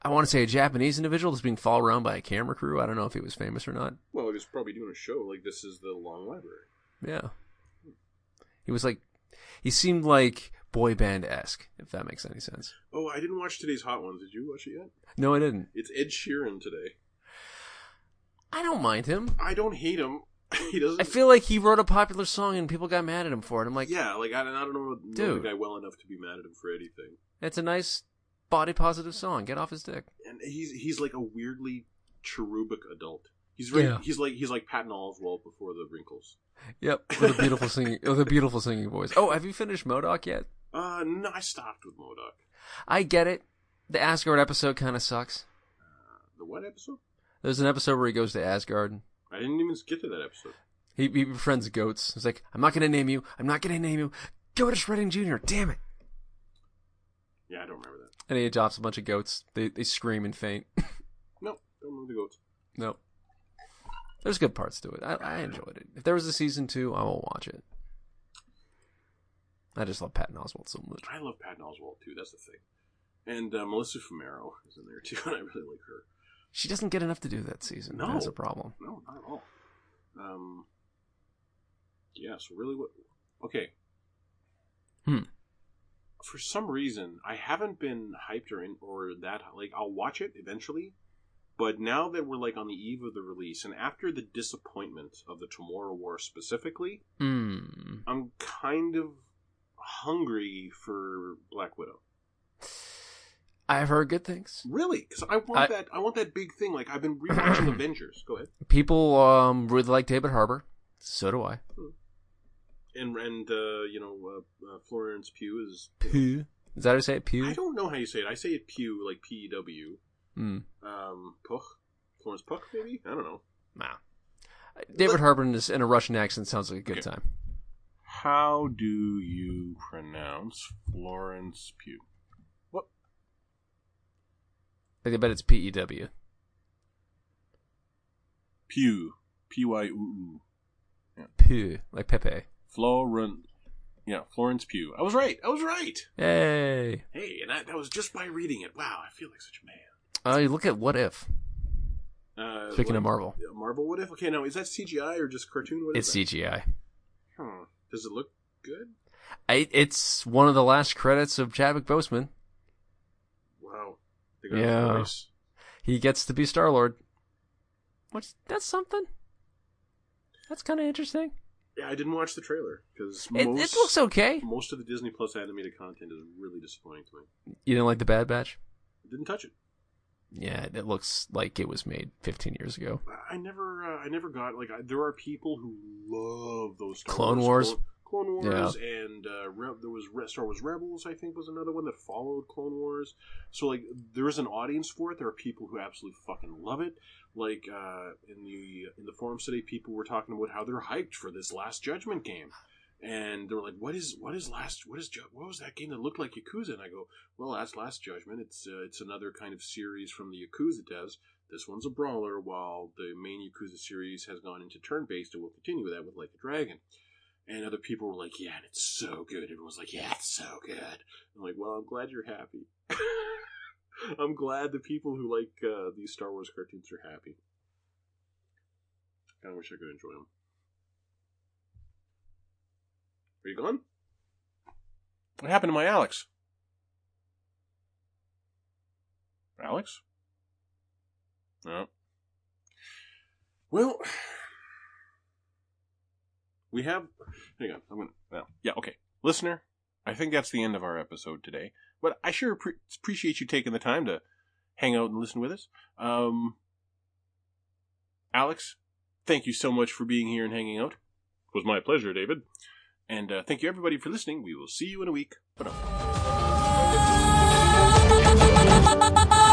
[SPEAKER 1] I want to say a Japanese individual that's being followed around by a camera crew. I don't know if he was famous or not.
[SPEAKER 2] Well, he was probably doing a show like this is the long library.
[SPEAKER 1] Yeah. He was like, he seemed like boy band esque, if that makes any sense.
[SPEAKER 2] Oh, I didn't watch today's hot ones. Did you watch it yet?
[SPEAKER 1] No, I didn't.
[SPEAKER 2] It's Ed Sheeran today.
[SPEAKER 1] I don't mind him.
[SPEAKER 2] I don't hate him. he doesn't.
[SPEAKER 1] I feel like he wrote a popular song and people got mad at him for it. I'm like,
[SPEAKER 2] yeah, like I, I don't know, know
[SPEAKER 1] Dude.
[SPEAKER 2] the guy well enough to be mad at him for anything.
[SPEAKER 1] it's a nice body positive song. Get off his dick.
[SPEAKER 2] And he's he's like a weirdly cherubic adult. He's very,
[SPEAKER 1] Yeah.
[SPEAKER 2] he's like he's like Patton Oswalt before the wrinkles.
[SPEAKER 1] Yep, with a beautiful singing, with a beautiful singing voice. Oh, have you finished Modoc yet?
[SPEAKER 2] Uh, no, I stopped with Modoc.
[SPEAKER 1] I get it. The Asgard episode kind of sucks.
[SPEAKER 2] The what episode?
[SPEAKER 1] There's an episode where he goes to Asgard.
[SPEAKER 2] I didn't even get to that episode.
[SPEAKER 1] He, he befriends goats. He's like, I'm not gonna name you. I'm not gonna name you. Go to Shredding Jr. Damn it.
[SPEAKER 2] Yeah, I don't remember that.
[SPEAKER 1] And he adopts a bunch of goats. They they scream and faint.
[SPEAKER 2] No, don't remember the goats.
[SPEAKER 1] no. There's good parts to it. I, I enjoyed it. If there was a season two, I will watch it. I just love Patton Oswalt so much.
[SPEAKER 2] I love Patton Oswalt too. That's the thing. And uh, Melissa Fumero is in there too, and I really like her.
[SPEAKER 1] She doesn't get enough to do that season.
[SPEAKER 2] No.
[SPEAKER 1] That's a problem.
[SPEAKER 2] No, not at all. Um, yeah, so really what. Okay.
[SPEAKER 1] Hmm.
[SPEAKER 2] For some reason, I haven't been hyped or, in, or that. Like, I'll watch it eventually. But now that we're, like, on the eve of the release, and after the disappointment of the Tomorrow War specifically,
[SPEAKER 1] Hmm.
[SPEAKER 2] I'm kind of hungry for Black Widow.
[SPEAKER 1] I've heard good things.
[SPEAKER 2] Really? Because I want
[SPEAKER 1] I-
[SPEAKER 2] that. I want that big thing. Like, I've been rewatching Avengers. Go ahead.
[SPEAKER 1] People um really like David Harbour. So do I.
[SPEAKER 2] And, and uh, you know, uh, uh, Florence Pugh is
[SPEAKER 1] Pew. Is that how you say it? Pew.
[SPEAKER 2] I don't know how you say it. I say it Pew, like P E W.
[SPEAKER 1] Hmm.
[SPEAKER 2] Um, Puch? Florence Puck, maybe? I don't know.
[SPEAKER 1] Nah. David Harbour in, this, in a Russian accent sounds like a good
[SPEAKER 2] Okay.
[SPEAKER 1] time.
[SPEAKER 2] How do you pronounce Florence Pugh? What?
[SPEAKER 1] Like, I bet it's P E W.
[SPEAKER 2] Pew. P Y U U.
[SPEAKER 1] Pew. Like Pepe.
[SPEAKER 2] Florence. Yeah, Florence Pugh. I was right. I was right.
[SPEAKER 1] Hey.
[SPEAKER 2] Hey, and I, that was just by reading it. Wow, I feel like such a man.
[SPEAKER 1] Uh, you look at What If.
[SPEAKER 2] Uh,
[SPEAKER 1] Speaking
[SPEAKER 2] what-
[SPEAKER 1] of Marvel,
[SPEAKER 2] Marvel, what if? Okay, now is that CGI or just cartoon? What is
[SPEAKER 1] it's
[SPEAKER 2] that?
[SPEAKER 1] CGI.
[SPEAKER 2] Hmm. Does it look good?
[SPEAKER 1] I, it's one of the last credits of Chadwick Boseman.
[SPEAKER 2] Wow. They got
[SPEAKER 1] Yeah.
[SPEAKER 2] the voice.
[SPEAKER 1] He gets to be Star Lord. Which that's something. That's kind of interesting.
[SPEAKER 2] Yeah, I didn't watch the trailer because
[SPEAKER 1] It,
[SPEAKER 2] most
[SPEAKER 1] it looks okay.
[SPEAKER 2] most of the Disney Plus animated content is really disappointing to me.
[SPEAKER 1] You didn't like the Bad Batch?
[SPEAKER 2] I didn't touch it.
[SPEAKER 1] Yeah, it looks like it was made 15 years ago.
[SPEAKER 2] I- I never, uh, I never got like. I, there are people who love those Star
[SPEAKER 1] Clone
[SPEAKER 2] Wars,
[SPEAKER 1] Wars?
[SPEAKER 2] Clone, Clone Wars, and uh, Re- there was Re- Star Wars Rebels. I think was another one that followed Clone Wars. So like, there is an audience for it. There are people who absolutely fucking love it. Like uh, in the in the forums today, people were talking about how they're hyped for this Last Judgment game. And they were like, "What is what is last? What is Ju- what was that game that looked like Yakuza?" And I go, "Well, that's Last Judgment. It's uh, it's another kind of series from the Yakuza devs. This one's a brawler, while the main Yakuza series has gone into turn based and will continue with that with Like a Dragon. And other people were like, yeah, and it's so good. Everyone's like, yeah, it's so good. I'm like, well, I'm glad you're happy. I'm glad the people who like uh, these Star Wars cartoons are happy. Kind of wish I could enjoy them. Are you gone? What happened to my Alex? Alex? No. Well, we have. Hang on. I'm gonna. No. Yeah. Okay, listener. I think that's the end of our episode today. But I sure appre appreciate you taking the time to hang out and listen with us. Um, Alex, thank you so much for being here and hanging out. It was my pleasure, David. And uh, thank you everybody for listening. We will see you in a week. But.
[SPEAKER 3] Thank you.